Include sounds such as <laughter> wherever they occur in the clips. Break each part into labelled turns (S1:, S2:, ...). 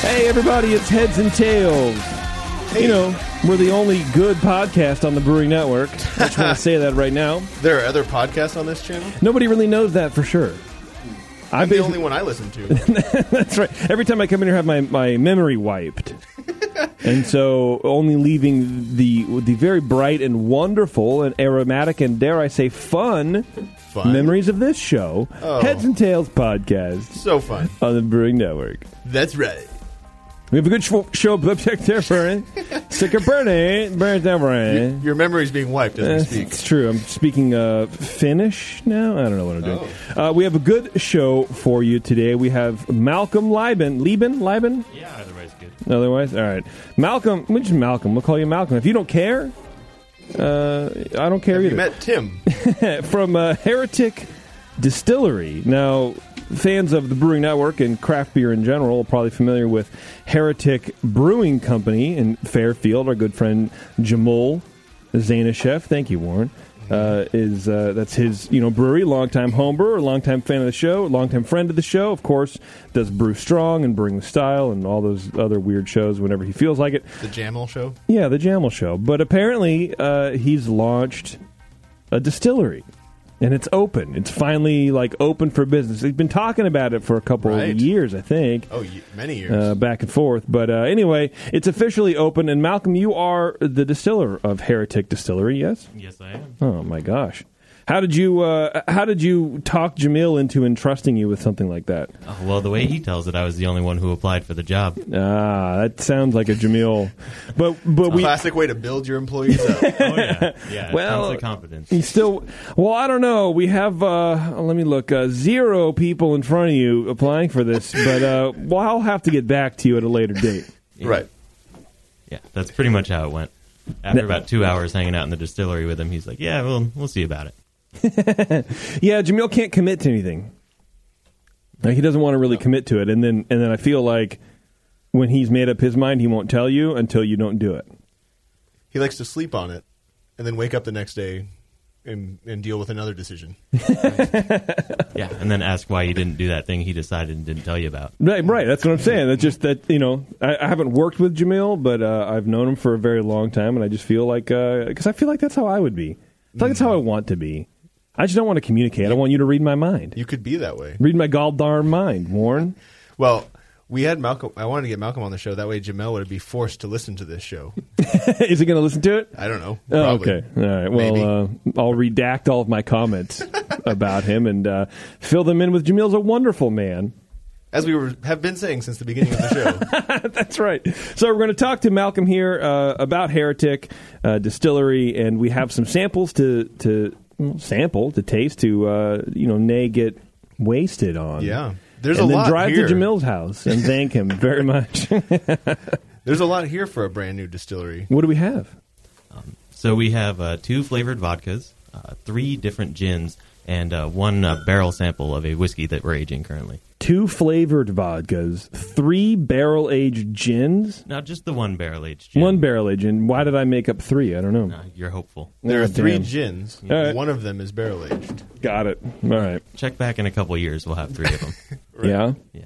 S1: Hey, everybody, it's Heads and Tails. You know, we're the only good podcast on the Brewing Network.
S2: <laughs>
S1: I just want to say that right now.
S2: There are other podcasts on this channel.
S1: Nobody really knows that for sure. I
S2: I'm the
S1: basi- <laughs>
S2: only one I listen to.
S1: That's right. Every time I come in here, I have my, my memory
S2: <laughs>
S1: wiped. and so only leaving the the very bright and wonderful and aromatic and, dare I say, fun,
S2: Fun.
S1: memories of this show,
S2: Oh.
S1: Heads and Tails podcast
S2: So fun.
S1: on the Brewing Network.
S2: That's right.
S1: We have a good sh- show <laughs> subject there, Brian. Sick of Bernie, Bernie, Bernie.
S2: Your memory's being wiped as
S1: That's <laughs>
S2: we speak.
S1: It's true. I'm speaking uh, Finnish now. I don't know what I'm doing.
S2: Oh.
S1: Uh, we have a good show for you today. We have Malcolm Lieben. Lieben? Lieben?
S3: Yeah, otherwise good.
S1: Otherwise, all right. Malcolm, which is Malcolm? We'll call you Malcolm. If you don't care, uh, I don't care
S2: You
S1: either.
S2: met Tim.
S1: From uh, Heretic Distillery. Now, fans of the Brewing Network and craft beer in general are probably familiar with Heretic Brewing Company in Fairfield. Our good friend Jamal Zanishev, thank you, Warren. Uh, is uh, that's his you know brewery, longtime home brewer, longtime fan of the show, longtime friend of the show. Of course, does brew strong and bring the style and all those other weird shows whenever he feels like it.
S2: The Jamal show.
S1: Yeah, the Jamel Show. But apparently, uh, he's launched a distillery, and it's open. It's finally like open for business. He's been talking about it for a couple
S2: Right.
S1: of years, I think,
S2: Oh, ye- many years.
S1: uh, back and forth. But uh, anyway, it's officially open. And Malcolm, you are the distiller of Heretic Distillery, yes?
S3: Yes, I am.
S1: Oh my gosh. How did you uh, how did you talk Jamil into entrusting you with something like that?
S3: Oh, well, the way he tells it, I was the only one who applied for the job.
S1: Ah, that sounds like a Jamil. but but we
S2: Classic way to build your employees
S1: <laughs>
S2: up.
S3: <laughs> Oh yeah, <laughs>
S1: Well-
S3: yeah. Well, comes with confidence.
S1: You still, well, I don't know. We have, uh, let me look, uh, zero people in front of you applying for this, but uh, well, I'll have to get back to you at a later date.
S2: right.
S3: Yeah, that's pretty much how it went. After about two hours hanging out in the distillery with him, he's like, "Yeah, well, we'll see about it."
S1: Yeah, Jamil can't commit to anything. Like he doesn't want to really commit to it, and then and then I feel like when he's made up his mind, he won't tell you until you don't do it.
S2: He likes to sleep on it and then wake up the next day and, and deal with another decision.
S3: Yeah, and then ask why you didn't do that thing he decided and didn't tell you about.
S1: Right, right. That's what I'm saying. That's just that you know I, I haven't worked with Jamil, but uh, I've known him for a very long time, and I just feel like because I feel like that's how I would be. I feel like that's how I want to be. I just don't want to communicate. I want you to read my mind,
S2: You could be that way.
S1: read my goddamn mind, Warren. <laughs>
S2: Well, we had Malcolm. I wanted to get Malcolm on the show. That way, Jamel would be forced to listen to this show.
S1: Is he going to listen to it?
S2: I don't know.
S1: Oh,
S2: Uh, Probably.
S1: okay. All right. Well, uh, I'll redact all of my comments <laughs> about him and uh, fill them in with Jamil's a wonderful man.
S2: As we were, have been saying since the beginning of the
S1: <laughs>
S2: show.
S1: That's right. So we're going to talk to Malcolm here uh, about Heretic uh, Distillery, and we have some samples to to well, sample to taste to uh, you know nay get wasted on.
S2: Yeah. There's
S1: and
S2: a
S1: then
S2: lot
S1: drive
S2: here.
S1: to Jamil's house and thank him
S2: <laughs>
S1: very much.
S2: There's a lot here for a brand new distillery.
S1: what do we have?
S3: So we have uh, two flavored vodkas, uh, three different gins, and uh, one uh, barrel sample of a whiskey that we're aging currently.
S1: Two flavored vodkas, three barrel aged gins,
S3: Now, just the one barrel aged gin.
S1: one barrel aged gin. Why did I make up three? I don't know.
S3: Uh, you're hopeful.
S2: There are
S1: God
S2: three
S1: damn.
S2: gins.
S1: All right.
S2: One of them is barrel aged.
S1: Got it. All right.
S3: Check back in a couple years. We'll have three of them. <laughs>
S1: Yeah.
S3: yeah.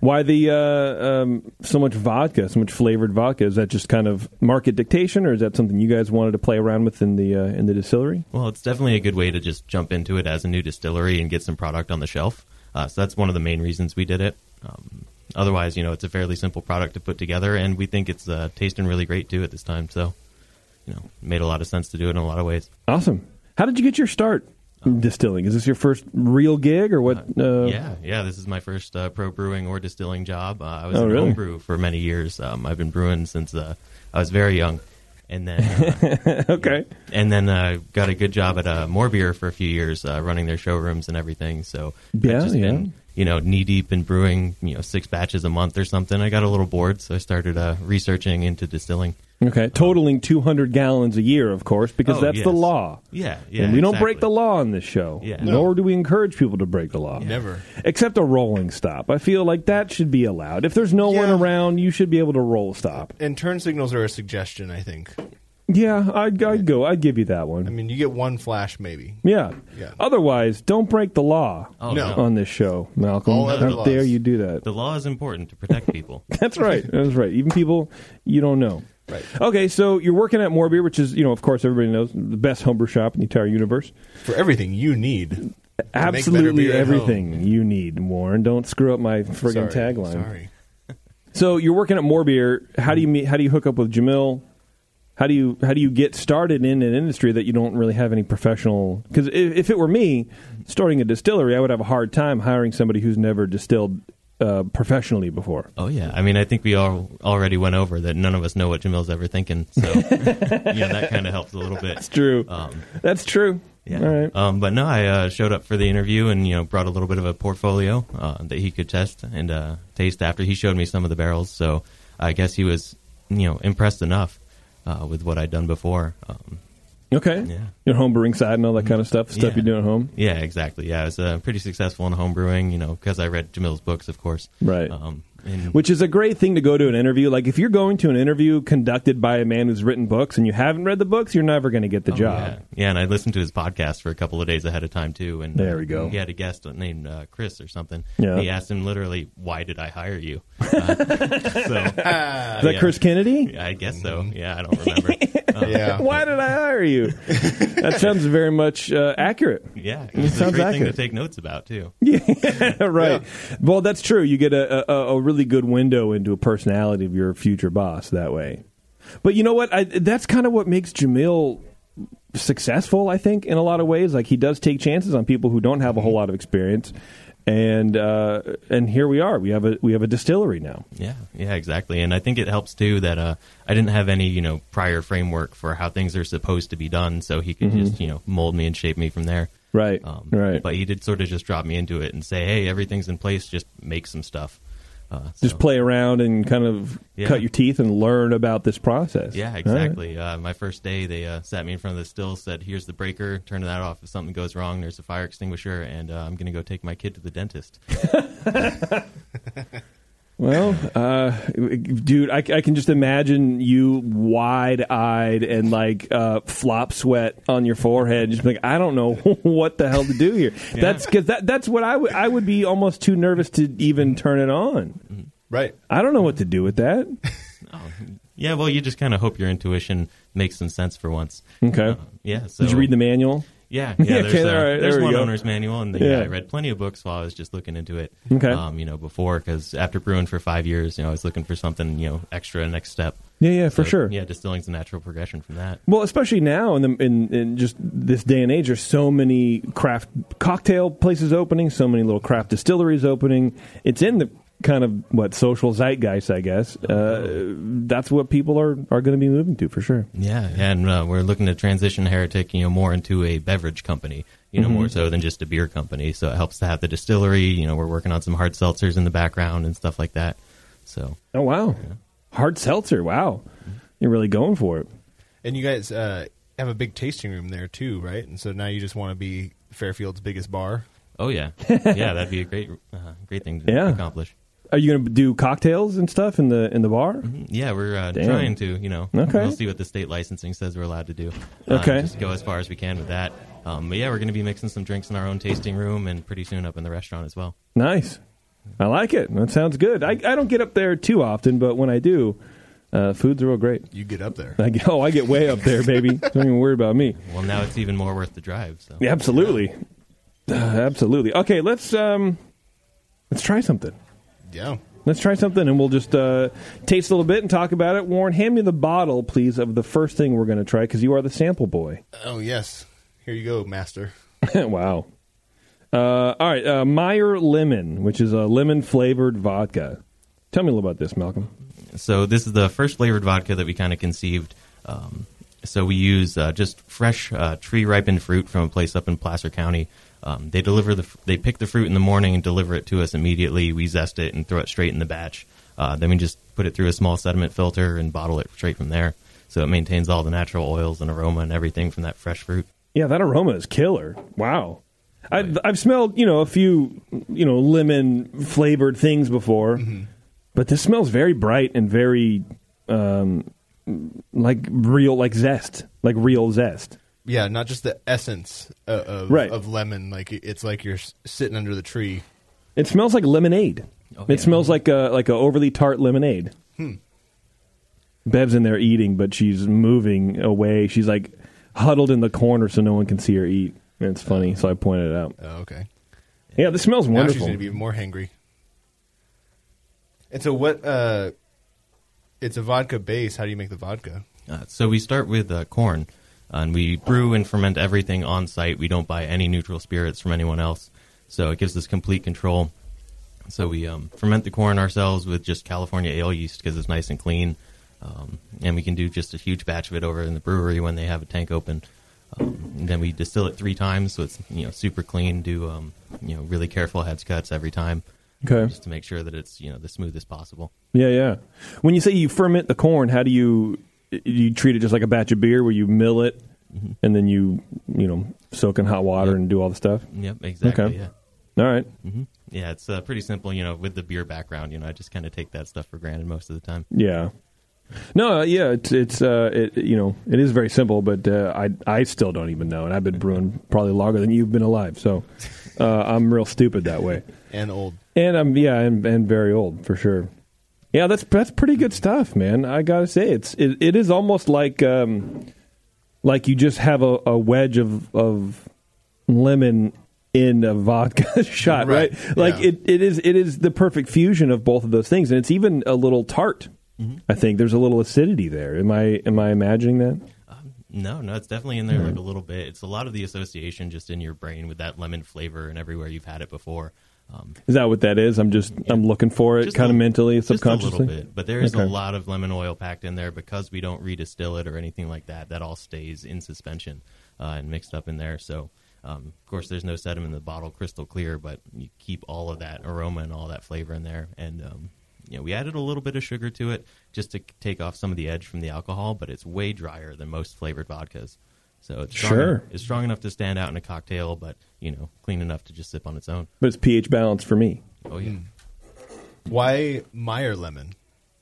S1: Why the uh, um, so much vodka, so much flavored vodka? Is that just kind of market dictation, or is that something you guys wanted to play around with in the uh, in the distillery?
S3: Well, it's definitely a good way to just jump into it as a new distillery and get some product on the shelf. Uh, so that's one of the main reasons we did it. Um, otherwise, you know, it's a fairly simple product to put together, and we think it's uh, tasting really great too at this time. So, you know, made a lot of sense to do it in a lot of ways.
S1: Awesome. How did you get your start in distilling? Is this your first real gig, or what? Uh,
S3: yeah, yeah. This is my first uh, pro brewing or distilling job. Uh, I was
S1: Oh,
S3: in
S1: really?
S3: homebrew for many years. Um, I've been brewing since uh, I was very young, and then
S1: <laughs>
S3: uh,
S1: <laughs> Okay.
S3: and then uh, got a good job at uh, More Beer for a few years, uh, running their showrooms and everything. So I've
S1: Yeah,
S3: just
S1: yeah.
S3: been you know knee deep in brewing, you know, six batches a month or something. I got a little bored, so I started uh, researching into distilling.
S1: Okay. Totaling two hundred gallons a year, of course, because
S3: Oh,
S1: that's
S3: yes.
S1: the law.
S3: Yeah, yeah.
S1: and we don't break
S3: exactly.
S1: the law on this show,
S3: Yeah. No.
S1: nor do we encourage people to break the law.
S2: Never.
S1: Except a rolling stop. I feel like that should be allowed. If there's no one
S2: Yeah.
S1: around, you should be able to roll stop.
S2: And turn signals are a suggestion, I think.
S1: Yeah, I'd, I'd go. I'd give you that one.
S2: I mean, you get one flash maybe.
S1: yeah.
S2: Yeah.
S1: Otherwise, don't break the law
S3: Oh,
S2: No.
S1: on this show, Malcolm.
S2: All other
S1: How
S2: laws.
S1: dare you do that? <laughs>
S3: The law is important to protect people.
S1: That's right. That's right. Even people you don't know.
S2: Right.
S1: Okay, so you're working at Morbier, which is, you know, of course, everybody knows the best home brew shop in the entire universe.
S2: For everything you need. better
S1: Absolutely
S2: beer at
S1: everything you need, Warren. Don't screw up my friggin'
S2: Sorry.
S1: tagline.
S2: Sorry.
S1: So you're working at Morbier. How do you meet? How do you hook up with Jamil? How do you how do you get started in an industry that you don't really have any professional? Because if, if it were me starting a distillery, I would have a hard time hiring somebody who's never distilled uh, professionally before.
S3: Oh yeah, I mean, I think we all already went over that. None of us know what Jamil's ever thinking,
S1: <laughs>
S3: so yeah, that kind of helps a little bit.
S1: It's true.
S3: Um,
S1: That's true.
S3: yeah.
S1: All right.
S3: Um, but no, I uh, showed up for the interview and you know brought a little bit of a portfolio uh, that he could test and uh, taste after. He showed me some of the barrels, so I guess he was you know impressed enough uh, with what I'd done before. Um,
S1: Okay.
S3: Yeah.
S1: Your home brewing side and all that kind of stuff. Stuff
S3: Yeah.
S1: you do at home.
S3: yeah, exactly. Yeah, I was uh, pretty successful in home brewing, you know, because I read Jamil's books, of course.
S1: Right.
S3: Um, and
S1: Which is a great thing to go to an interview. Like if you're going to an interview conducted by a man who's written books and you haven't read the books, you're never going to get the
S3: Oh,
S1: job.
S3: Yeah. yeah, and I listened to his podcast for a couple of days ahead of time too. And
S1: There
S3: uh,
S1: we go.
S3: He had a guest named uh, Chris or something.
S1: Yeah.
S3: He asked him literally, "Why did I hire
S1: <laughs>
S3: you?" Uh, so
S1: Is that
S3: yeah.
S1: Chris Kennedy?
S3: I guess so. Yeah, I
S1: <laughs>
S3: don't remember. Uh,
S2: Yeah.
S1: Why did I hire
S3: <laughs>
S1: you? that sounds very much uh, accurate.
S3: yeah, it
S1: It
S3: was a
S1: sounds
S3: great thing to
S1: accurate.
S3: take notes about too.
S1: <laughs> right. Well, that's true. You get a, a, a really good window into a personality of your future boss that way. But you know what? I, that's kind of what makes Jamil successful, I think, in a lot of ways. Like he does take chances on people who don't have
S3: Mm-hmm.
S1: a whole lot of experience. And uh, and here we are. We have a we have a distillery now.
S3: Yeah, yeah, exactly. And I think it helps too that uh, I didn't have any, you know, prior framework for how things are supposed to be done, so he
S1: Mm-hmm.
S3: could just, you know, mold me and shape me from there.
S1: Right. right.
S3: Um, But he did sort of just drop me into it and say, "Hey, everything's in place. Just make some stuff." Uh, so-
S1: Just play around and kind of
S3: Yeah.
S1: cut your teeth and learn about this process.
S3: Yeah,
S1: All right.
S3: exactly. Uh, my first day, they uh, sat me in front of the still, said, "Here's the breaker. Turn that off if something goes wrong. There's a fire extinguisher, and uh, I'm going to go take my kid to the dentist."
S1: Well, uh, dude, I, I can just imagine you wide-eyed and like uh, flop sweat on your forehead, just like I don't know <laughs> what the hell to do here. That's because that, that's what I would I would be almost too nervous to even turn it on.
S2: Right.
S1: I don't know what to do with <laughs> that.
S3: yeah, well, you just kind of hope your intuition makes some sense for once.
S1: Okay,
S3: Uh, yeah. So
S1: did you read the manual? <laughs>
S3: Yeah, yeah.
S1: Okay,
S3: There's, uh,
S1: all right,
S3: there's
S1: there we
S3: one
S1: go.
S3: owner's manual, and yeah.
S1: Yeah.
S3: I read plenty of books while I was just looking into it.
S1: Okay.
S3: Um, you know, before because after brewing for five years, you know, I was looking for something, you know, extra next step.
S1: Yeah, yeah, for
S3: So,
S1: sure.
S3: Yeah, distilling's a natural progression from that.
S1: Well, especially now in, the, in in just this day and age, there's so many craft cocktail places opening, so many little craft distilleries opening. It's in the kind of what social zeitgeist, I guess. Uh, that's what people are are going to be moving to for sure.
S3: Yeah, and uh, we're looking to transition Heretic, you know, more into a beverage company, you know, more
S1: Mm-hmm.
S3: so than just a beer company. So it helps to have the distillery. You know, we're working on some hard seltzers in the background and stuff like that. So
S1: Oh wow, hard seltzer! Wow, you're really going for it.
S2: And you guys uh, have a big tasting room there too, right? And so now you just want to be Fairfield's biggest bar.
S1: <laughs>
S3: Oh yeah, yeah, that'd be a great, uh, great thing to
S1: Yeah.
S3: accomplish.
S1: Are you going to do cocktails and stuff in the in the bar?
S3: Yeah, we're uh,
S1: Damn.
S3: trying to, you know.
S1: Okay.
S3: We'll see what the state licensing says we're allowed to do. Uh,
S1: Okay.
S3: Just go as far as we can with that. Um, but yeah, we're going to be mixing some drinks in our own tasting room and pretty soon up in the restaurant as well.
S1: Nice. I like it. That sounds good. I, I don't get up there too often, but when I do, uh, food's real great.
S2: You get up there.
S1: I get, <laughs> oh, I get way up there, baby. Don't even worry about me.
S3: Well, now it's even more worth the drive. So.
S1: Yeah, absolutely, Uh, absolutely. Okay, let's um, let's try something.
S2: Yeah.
S1: Let's try something, and we'll just uh, taste a little bit and talk about it. Warren, hand me the bottle, please, of the first thing we're going to try because you are the sample boy. <laughs>
S2: Oh yes. Here you go, master.
S1: wow. Uh, all right, uh, Meyer Lemon, which is a lemon flavored vodka. Tell me a little about this, Malcolm.
S3: So this is the first flavored vodka that we kind of conceived. Um, so we use uh, just fresh uh, tree ripened fruit from a place up in Placer County. Um, they deliver the they pick the fruit in the morning and deliver it to us immediately. We zest it and throw it straight in the batch. Uh, then we just put it through a small sediment filter and bottle it straight from there. So it maintains all the natural oils and aroma and everything from that fresh fruit.
S1: Yeah, that aroma is killer. Wow. I've, I've smelled, you know, a few, you know, lemon
S2: Mm-hmm.
S1: flavored things before, but this smells very bright and very, um, like real like zest, like real zest.
S2: Yeah, not just the essence of of,
S1: Right.
S2: of lemon. Like it- it's like you're s- sitting under the tree.
S1: It smells like lemonade.
S3: Oh,
S1: it
S3: yeah.
S1: smells like a like a overly tart lemonade.
S2: Hmm.
S1: Bev's in there eating, but she's moving away. She's like huddled in the corner so no one can see her eat. And it's funny, so I pointed it out.
S2: Oh, okay.
S1: Yeah, this smells
S2: Now she's
S1: wonderful.
S2: going to be even more hangry. And so what? uh It's a vodka base. How do you make the vodka?
S3: Uh, so we start with uh, corn, and we brew and ferment everything on site. We don't buy any neutral spirits from anyone else, so it gives us complete control. So we um, ferment the corn ourselves with just California ale yeast because it's nice and clean, um, and we can do just a huge batch of it over in the brewery when they have a tank open. Um, and then we distill it three times, so it's you know super clean. Do um, you know really careful heads cuts every time,
S1: okay.
S3: just to make sure that it's you know the smoothest possible.
S1: Yeah, yeah. When you say you ferment the corn, how do you you treat it just like a batch of beer where you mill it and then you you know soak in hot water and do all the stuff?
S3: Yep, exactly.
S1: Okay.
S3: Yeah.
S1: All right.
S3: hmm Yeah, it's uh, pretty simple. You know, with the beer background, you know, I just kind of take that stuff for granted most of the time.
S1: Yeah. No, uh, yeah, it's it's uh, it you know it is very simple, but uh, I I still don't even know, and I've been brewing probably longer than you've been alive, so uh, I'm real stupid that way,
S2: And old.
S1: and I'm yeah, and, and very old for sure. Yeah, that's that's pretty good stuff, man. I gotta say, it's it, it is almost like um, like you just have a, a wedge of of lemon in a vodka <laughs> shot, right?
S2: Right,
S1: Like
S2: yeah.
S1: it, it is it is the perfect fusion of both of those things, and it's even a little tart.
S3: Mm-hmm.
S1: I think there's a little acidity there. Am I am I imagining that?
S3: No, no, it's definitely in there like a little bit. It's a lot of the association just in your brain with that lemon flavor and everywhere you've had it before. Um,
S1: Is that what that is? I'm just I'm looking for it,
S3: Just
S1: kind
S3: a-
S1: of mentally,
S3: just a
S1: subconsciously.
S3: little bit, but there is a
S1: Okay.
S3: lot of lemon oil packed in there because we don't redistill it or anything like that. That all stays in suspension uh, and mixed up in there. So. Um, of course, there's no sediment in the bottle, crystal clear, but you keep all of that aroma and all that flavor in there. And um, you know, we added a little bit of sugar to it just to c- take off some of the edge from the alcohol, but it's way drier than most flavored vodkas. So it's strong,
S1: Sure.
S3: it's strong enough to stand out in a cocktail, but you know, clean enough to just sip on its own.
S1: But it's pH balanced for me.
S3: Oh yeah.
S2: Why Meyer lemon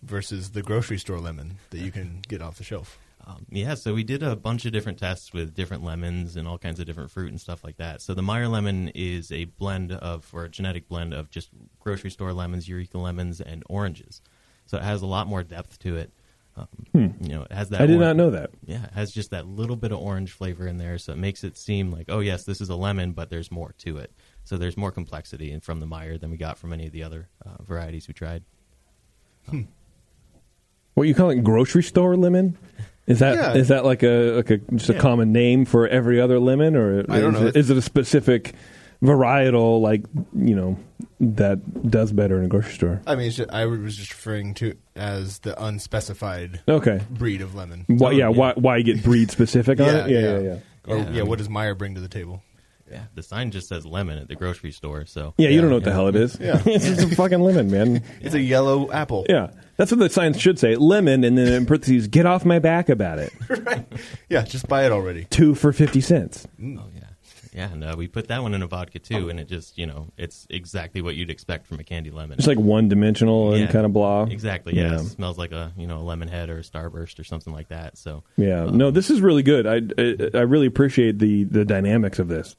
S2: versus the grocery store lemon that you can get off the shelf?
S3: Um, yeah, so we did a bunch of different tests with different lemons and all kinds of different fruit and stuff like that. So the Meyer lemon is a blend of, or a genetic blend of just grocery store lemons, Eureka lemons, and oranges. So it has a lot more depth to it. Um, You know, it has that.
S1: Hmm. I did not
S3: orange-
S1: know that.
S3: Yeah, it has just that little bit of orange flavor in there, so it makes it seem like, oh yes, this is a lemon, but there's more to it. So there's more complexity in- from the Meyer than we got from any of the other uh, varieties we tried.
S1: What you call it? Grocery store lemon? Is that is
S2: Yeah.
S1: that like a like a just a
S3: Yeah.
S1: common name for every other lemon, or
S2: I don't
S1: is,
S2: know.
S1: It, is it a specific varietal like you know that does better in a grocery store?
S2: I mean, it's just, I was just referring to it as the unspecified
S1: Okay.
S2: breed of lemon.
S1: Why,
S3: Oh,
S1: yeah,
S3: yeah.
S1: Why why get breed specific on it? Yeah, yeah, yeah. yeah.
S2: Or
S3: Yeah.
S2: yeah. what does Meyer bring to the table?
S3: Yeah, the sign just says lemon at the grocery store, so
S1: you don't know what the
S3: Yeah.
S1: hell it is.
S2: Yeah.
S1: <laughs> it's just a fucking lemon, man.
S2: It's a yellow apple.
S1: Yeah, that's what the signs should say: lemon, and then in parentheses, get off my back about it.
S2: Yeah, just buy it already.
S1: Two for fifty cents.
S3: Oh yeah, yeah. And uh, we put that one in a vodka too, and it just you know it's exactly what you'd expect from a candy lemon.
S1: It's like one dimensional and
S3: Yeah.
S1: kind of blah.
S3: Exactly. Yeah. It smells like a you know a lemon head or a starburst or something like that. So um,
S1: Yeah, no, this is really good. I, I I really appreciate the the dynamics of this,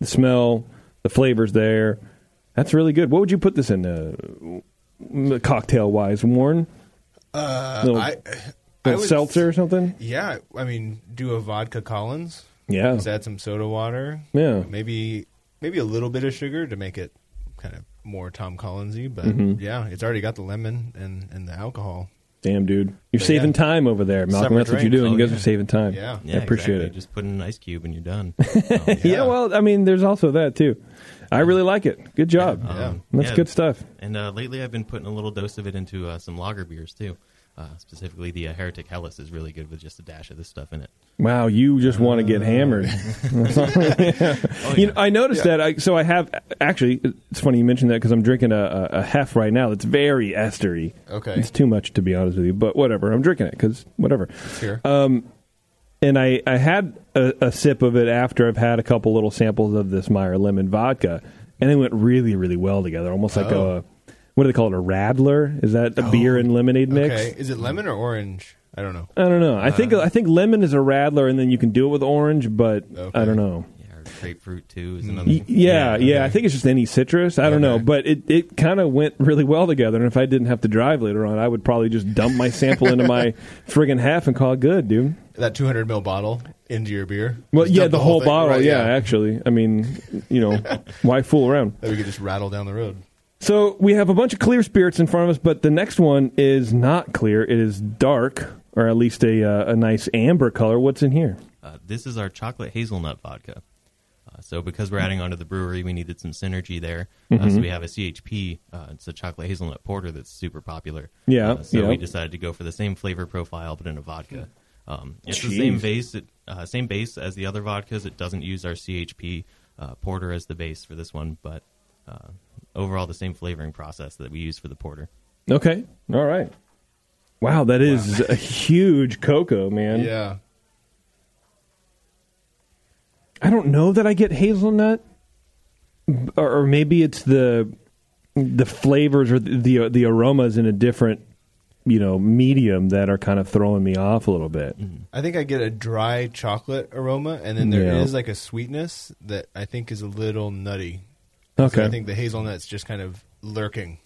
S1: the smell, the flavors there. That's really good. What would you put this in, uh, cocktail wise, Warren? Uh, little,
S2: I, I
S1: little
S2: was-
S1: seltzer or something?
S2: Yeah, I mean, do a vodka Collins.
S1: Yeah,
S2: Just add some soda water.
S1: Yeah.
S2: Maybe maybe a little bit of sugar to make it kind of more Tom Collinsy, but
S1: Mm-hmm.
S2: yeah, it's already got the lemon and, and the alcohol.
S1: damn dude, you're
S2: But
S1: saving
S2: yeah.
S1: time over there, Malcolm.
S2: Summer
S1: that's what you're
S2: drinks.
S1: doing.
S3: Oh,
S1: you guys
S3: yeah.
S1: are saving time.
S2: Yeah.
S3: yeah,
S1: I appreciate
S3: exactly.
S1: it.
S3: Just put in an ice cube and
S1: <laughs>
S3: you're done. Um,
S1: yeah. well, I mean, there's also that too. I really like it. Good job.
S2: Yeah.
S3: Um,
S1: That's
S3: yeah.
S1: good stuff.
S3: And uh, lately, I've been putting a little dose of it into uh, some lager beers too. Uh, specifically, the uh, Heretic Hellas is really good with just a dash of this stuff in it.
S1: Wow, you just want to get
S2: <laughs>
S1: hammered. You know, I noticed
S2: Uh. Oh, Yeah.
S1: that. I, so I have actually. It's funny you mentioned that because I'm drinking a, a, a hef right now that's very estery.
S2: Okay.
S1: it's too much to be honest with you, but whatever. I'm drinking it because whatever.
S2: Here.
S1: uh, And I I had a, a sip of it after I've had a couple little samples of this Meyer lemon vodka, and they went really really well together. Almost like
S2: Oh.
S1: a what do they call it? A radler? Is that a beer and lemonade mix?
S2: Okay. Is it lemon or orange? I don't know.
S1: I don't know. I
S2: Uh.
S1: think I think lemon is a rattler, and then you can do it with orange, but I
S2: Okay.
S1: don't know.
S3: Yeah, or grapefruit too is another.
S1: Y- Yeah, yeah.
S2: okay.
S1: I think it's just any citrus. I don't know,
S2: Okay.
S1: but it, it kind of went really well together. And if I didn't have to drive later on, I would probably just dump my sample into my friggin' half and call it good, dude.
S2: That 200 mil bottle into your beer.
S1: Well,
S2: Just
S1: yeah,
S2: dump
S1: the, whole
S2: thing,
S1: bottle.
S2: right,
S1: yeah, actually. I mean, you know, why fool around?
S2: That we could just rattle down the road.
S1: So we have a bunch of clear spirits in front of us, but the next one is not clear. It is dark, or at least a uh, a nice amber color. What's in here?
S3: Uh, this is our chocolate hazelnut vodka. Uh, so because we're adding on to the brewery, we needed some synergy there. Uh,
S1: Mm-hmm.
S3: so we have a CHP. Uh, it's a chocolate hazelnut porter that's super popular.
S1: Yeah,
S3: Uh, so
S1: yeah.
S3: we decided to go for the same flavor profile, but in a vodka. Um, it's the same
S1: Jeez.
S3: base, it, uh, same base as the other vodkas. It doesn't use our CHP uh, porter as the base for this one, but uh, overall the same flavoring process that we use for the porter.
S1: Okay, all right. Wow, that is a huge cocoa, man.
S2: Yeah.
S1: I don't know that I get hazelnut, b- or, or maybe it's the the flavors or the, the the aromas in a different you know medium that are kind of throwing me off a little bit.
S2: I think I get a dry chocolate aroma, and then there is
S1: Yeah.
S2: like a sweetness that I think is a little nutty. So
S1: Okay,
S2: I think the hazelnut's just kind of lurking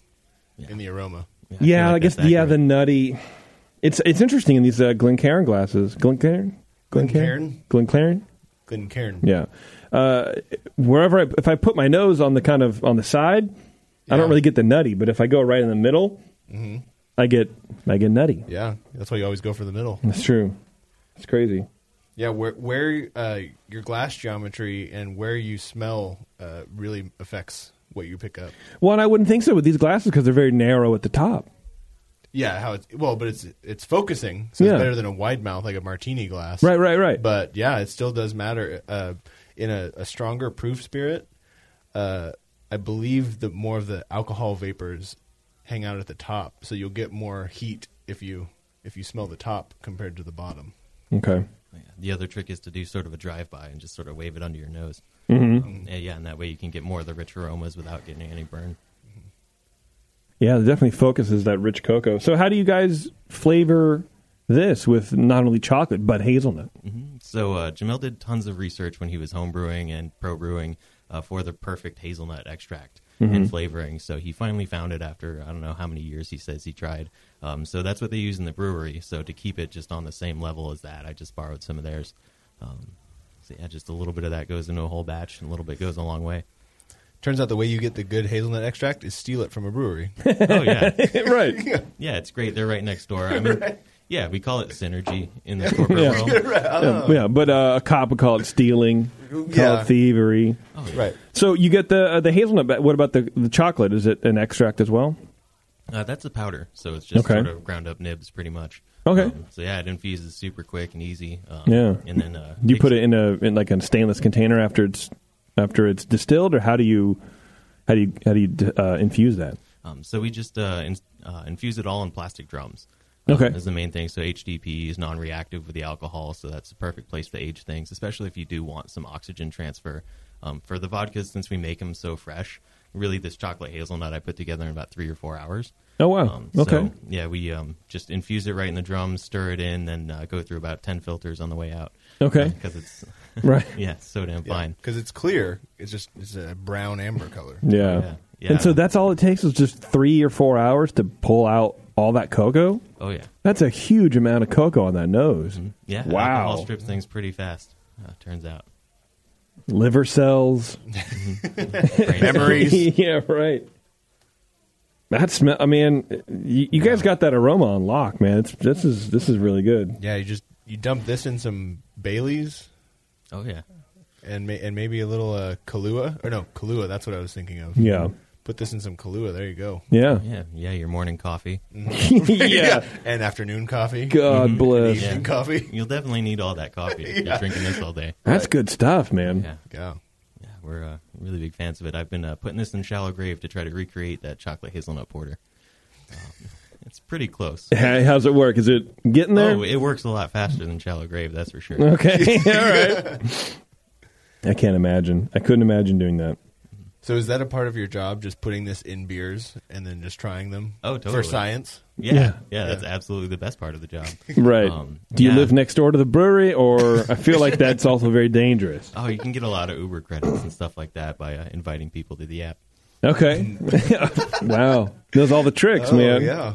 S2: in the aroma.
S3: Yeah, I feel
S1: yeah,
S3: like
S1: I guess
S3: that's
S1: yeah
S3: accurate.
S1: the nutty. It's it's interesting in these uh, Glencairn glasses. Glencairn,
S2: Glencairn?
S1: Glencairn.
S2: Glencairn.
S1: Yeah, uh, wherever I, if I put my nose on the kind of on the side, I don't
S2: Yeah.
S1: really get the nutty. But if I go right in the middle, I get I get nutty.
S2: Yeah. That's why you always go for the middle.
S1: That's true. It's crazy.
S2: Yeah, where where uh, your glass geometry and where you smell uh, really affects what you pick up.
S1: Well, and I wouldn't think so with these glasses because they're very narrow at the top.
S2: Yeah, how it's well, but it's it's focusing, so
S1: Yeah.
S2: it's better than a wide mouth like a martini glass.
S1: Right, right, right.
S2: But yeah, it still does matter. Uh, in a, a stronger proof spirit, uh, I believe that more of the alcohol vapors hang out at the top, so you'll get more heat if you if you smell the top compared to the bottom.
S1: okay.
S3: Yeah. The other trick is to do sort of a drive by and just sort of wave it under your nose. Um, and yeah, and that way you can get more of the rich aromas without getting any burn.
S1: Yeah, it definitely focuses that rich cocoa. So, how do you guys flavor this with not only chocolate but hazelnut?
S3: So uh, Jamel did tons of research when he was home brewing and pro brewing uh, for the perfect hazelnut extract and flavoring. So he finally found it after I don't know how many years he says he tried. Um, so that's what they use in the brewery. So to keep it just on the same level as that, I just borrowed some of theirs. Um, so yeah, just a little bit of that goes into a whole batch, and a little bit goes a long way.
S2: Turns out the way you get the good hazelnut extract is steal it from a brewery.
S3: Oh yeah,
S1: right.
S3: Yeah, it's great. They're right next
S1: <laughs>
S3: door. I mean, yeah, we call it synergy in the corporate
S1: Yeah. <laughs>
S3: world.
S1: Yeah, yeah, but uh, a cop would call it stealing, call
S2: Yeah.
S1: it thievery.
S3: Oh,
S2: right.
S1: So you get the uh, the hazelnut. but What about the the chocolate? Is it an extract as well?
S3: Uh, that's a powder, so it's just
S1: Okay.
S3: sort of ground up nibs, pretty much.
S1: Okay.
S3: Um, so yeah, it infuses super quick and easy. Um,
S1: Yeah.
S3: and then uh,
S1: Do you put
S3: takes-
S1: it in a in like a stainless container after it's after it's distilled, or how do you how do you how do you uh, infuse that?
S3: Um, so we just uh, in, uh, infuse it all in plastic drums.
S1: Okay.
S3: um, is the main thing. So HDP is non-reactive with the alcohol, so that's the perfect place to age things, especially if you do want some oxygen transfer. Um, for the vodkas, since we make them so fresh, really this chocolate hazelnut I put together in about three or four hours.
S1: Oh wow.
S3: Um,
S1: okay.
S3: So, yeah, we um, just infuse it right in the drum, stir it in, then uh, go through about ten filters on the way out. <laughs>
S1: Okay.
S3: Because it's
S1: right.
S3: yeah, it's so damn fine.
S2: Because it's clear. It's just it's a brown amber color.
S1: Yeah.
S3: Yeah. Yeah.
S1: And so that's all it takes is just three or four hours to pull out all that cocoa.
S3: Oh yeah.
S1: That's a huge amount of cocoa on that nose.
S3: Mm-hmm. Yeah.
S1: Wow.
S3: Alcohol strips things pretty fast. Uh, turns out.
S1: Liver cells.
S3: Brain
S1: <laughs>
S2: Memories.
S1: yeah, right. That smell. I mean, you, you guys got that aroma on lock, man. It's, this is this is really good.
S2: yeah, you just you dump this in some Bailey's
S3: Oh yeah.
S2: and ma- and maybe a little uh, Kahlua or no Kahlua. That's what I was thinking of.
S1: Yeah.
S2: Put this in some Kahlua. There you
S3: <laughs>
S2: go.
S1: Yeah.
S3: Yeah. Yeah. Your morning coffee.
S1: <laughs>
S3: <laughs>
S1: yeah.
S2: <laughs> and afternoon coffee.
S1: God bless.
S2: Evening
S3: Mm-hmm. Yeah.
S2: coffee. <laughs>
S3: You'll definitely need all that coffee. if You're drinking this all day.
S1: That's good stuff, man.
S3: Yeah.
S2: Yeah.
S3: Yeah. We're uh, really big fans of it. I've been uh, putting this in shallow grave to try to recreate that chocolate hazelnut porter. Um, it's pretty close.
S1: Hey, How's it work? Is it getting <laughs> there?
S3: Oh, it works a lot faster than shallow grave. That's for sure.
S1: <laughs> Okay. all right. I can't imagine. I couldn't imagine doing that.
S2: So is that a part of your job, just putting this in beers and then just trying them?
S3: Oh, totally.
S2: For science.
S3: Yeah, yeah,
S1: Yeah.
S3: that's
S2: Yeah.
S3: absolutely the best part of the job.
S1: Right.
S3: Um,
S1: Do you
S3: yeah.
S1: live next door to the brewery, or I feel like that's also very dangerous.
S3: Oh, you can get a lot of Uber credits and stuff like that by uh, inviting people to the app.
S1: Okay. wow. Knows all the tricks, man.
S2: Oh, yeah.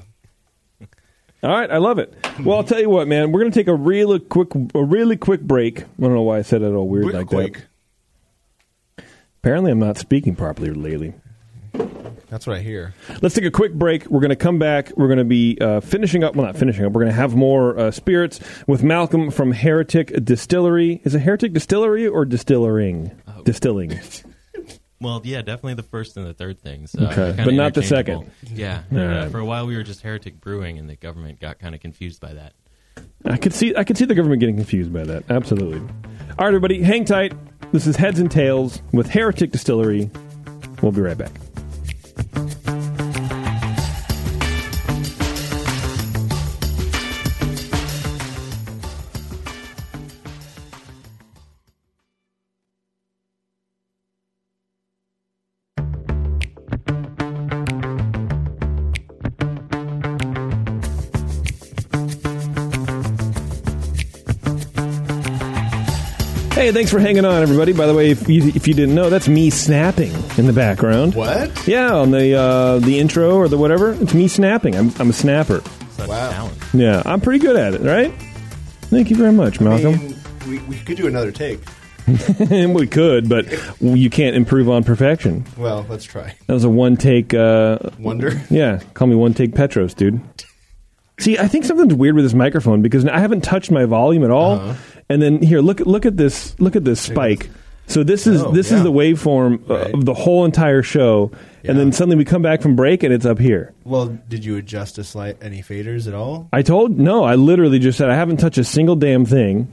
S1: All right, I love it. Well, I'll tell you what, man. We're gonna take a really quick, a really quick break. I don't know why I said it all weird
S2: Quick,
S1: like
S2: quick.
S1: that. Apparently, I'm not speaking properly lately.
S2: That's what I hear.
S1: Let's take a quick break. We're going to come back. We're going to be uh, finishing up. Well, not finishing up. We're going to have more uh, spirits with Malcolm from Heretic Distillery. Is it Heretic Distillery or Distillering? Distilling.
S3: Well, yeah, definitely the first and the third things. Uh,
S1: Okay.
S3: they're kinda
S1: But not the second.
S3: interchangeable. Yeah.
S1: All
S3: Uh,
S1: right.
S3: For a while, we were just Heretic Brewing, and the government got kind of confused by that.
S1: I could see. I could see the government getting confused by that. Absolutely. All right, everybody, hang tight. This is Heads and Tails with Heretic Distillery. We'll be right back. Hey, thanks for hanging on, everybody. By the way, if you, if you didn't know, that's me snapping in the background.
S2: What?
S1: Yeah, on the uh, the intro or the whatever, it's me snapping. I'm, I'm a snapper.
S3: Such
S2: Wow.
S3: talent.
S1: Yeah, I'm pretty good at it, right? Thank you very much,
S2: I
S1: Malcolm.
S2: mean, we, we could do another take.
S1: <laughs> we could, but you can't improve on perfection.
S2: Well, let's try. <laughs>
S1: That was a one take. Uh,
S2: Wonder.
S1: yeah, call me one take Petros, dude. See, I think something's weird with this microphone because I haven't touched my volume at all.
S2: Uh-huh.
S1: And then here, look at look at this look at this spike. So this is
S2: Oh,
S1: this
S2: yeah.
S1: is the waveform uh,
S2: Right.
S1: of the whole entire show, and
S2: Yeah.
S1: then suddenly we come back from break and it's up here.
S2: Well, did you adjust a slight any faders at all?
S1: I told no, I literally just said I haven't touched a single damn thing.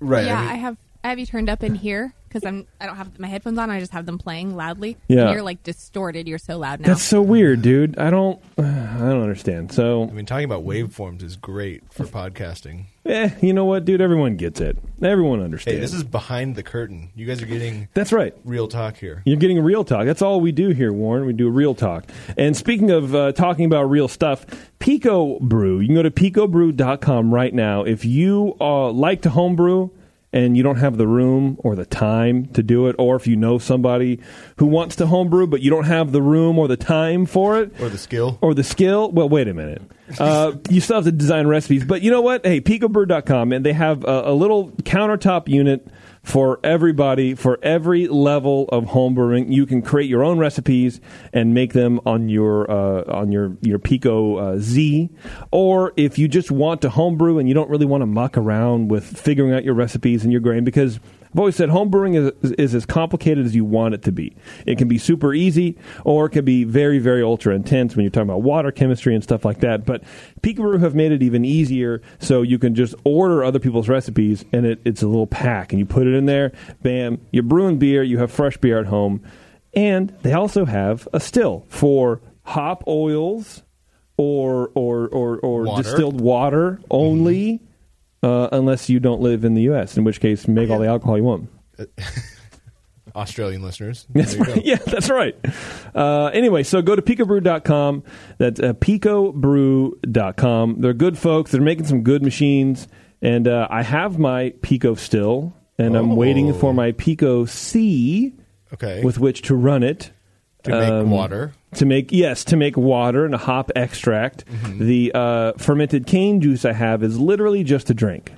S2: Right.
S4: yeah,
S2: I mean-
S4: I have. I have you turned up in here because I'm. I don't have my headphones on. I just have them playing loudly.
S1: Yeah.
S4: and you're like distorted. You're so loud now.
S1: That's so weird, dude. I don't <sighs> I don't understand. So
S2: I mean, talking about waveforms is great for podcasting.
S1: Eh, you know what, dude? Everyone gets it. Everyone understands.
S2: Hey, this is behind the curtain. You guys are getting
S1: That's right.
S2: real talk here.
S1: You're getting real talk. That's all we do here, Warren. We do real talk. And speaking of uh, talking about real stuff, Pico Brew. You can go to picobrew.com right now. If you uh, like to homebrew and you don't have the room or the time to do it, or if you know somebody who wants to homebrew but you don't have the room or the time for it,
S2: Or the skill.
S1: or the skill. Well, wait a minute. Uh, you still have to design recipes, but you know what? Hey, picobrew.com, and they have a, a little countertop unit for everybody, for every level of home brewing. You can create your own recipes and make them on your uh, on your your Pico uh, Z, or if you just want to homebrew and you don't really want to muck around with figuring out your recipes and your grain, because I've always said home brewing is, is as complicated as you want it to be. It can be super easy, or it can be very, very ultra intense when you're talking about water chemistry and stuff like that. But Peak Brew have made it even easier, so you can just order other people's recipes, and it, it's a little pack, and you put it in there. Bam! You're brewing beer. You have fresh beer at home, and they also have a still for hop oils or or or, or
S2: Water.
S1: distilled water only. Uh, unless you don't live in the U.S., in which case, make all the alcohol you want. <laughs>
S2: Australian listeners.
S1: That's
S2: There you
S1: right.
S2: go.
S1: Yeah, that's right. Uh, anyway, so go to picobrew.com. That's uh, picobrew.com. They're good folks. They're making some good machines. And uh, I have my Pico still, and I'm
S2: Oh.
S1: waiting for my Pico C
S2: Okay.
S1: with which to run it.
S2: to make
S1: um,
S2: water.
S1: To make yes, to make water and a hop extract.
S2: Mm-hmm.
S1: The uh, fermented cane juice I have is literally just a drink.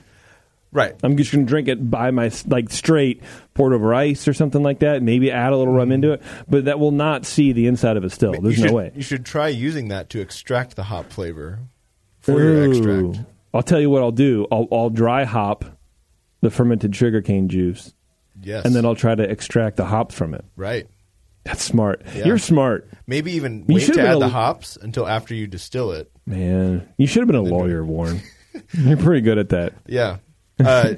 S2: Right.
S1: I'm just going to drink it by my like straight poured over ice or something like that. Maybe add a little rum into it, but that will not see the inside of it. Still, there's
S2: you
S1: no
S2: should,
S1: way.
S2: You should try using that to extract the hop flavor for your extract.
S1: Ooh. I'll tell you what I'll do. I'll, I'll dry hop the fermented sugarcane juice,
S2: Yes.
S1: and then I'll try to extract the hops from it.
S2: Right.
S1: That's smart.
S2: Yeah.
S1: You're smart,
S2: Maybe even
S1: You
S2: wait
S1: should've
S2: to
S1: been
S2: add
S1: a-
S2: the hops until after you distill it.
S1: man. You should have been a lawyer,
S2: <laughs>
S1: Warren. You're pretty good at that. <laughs>
S2: Yeah. Uh,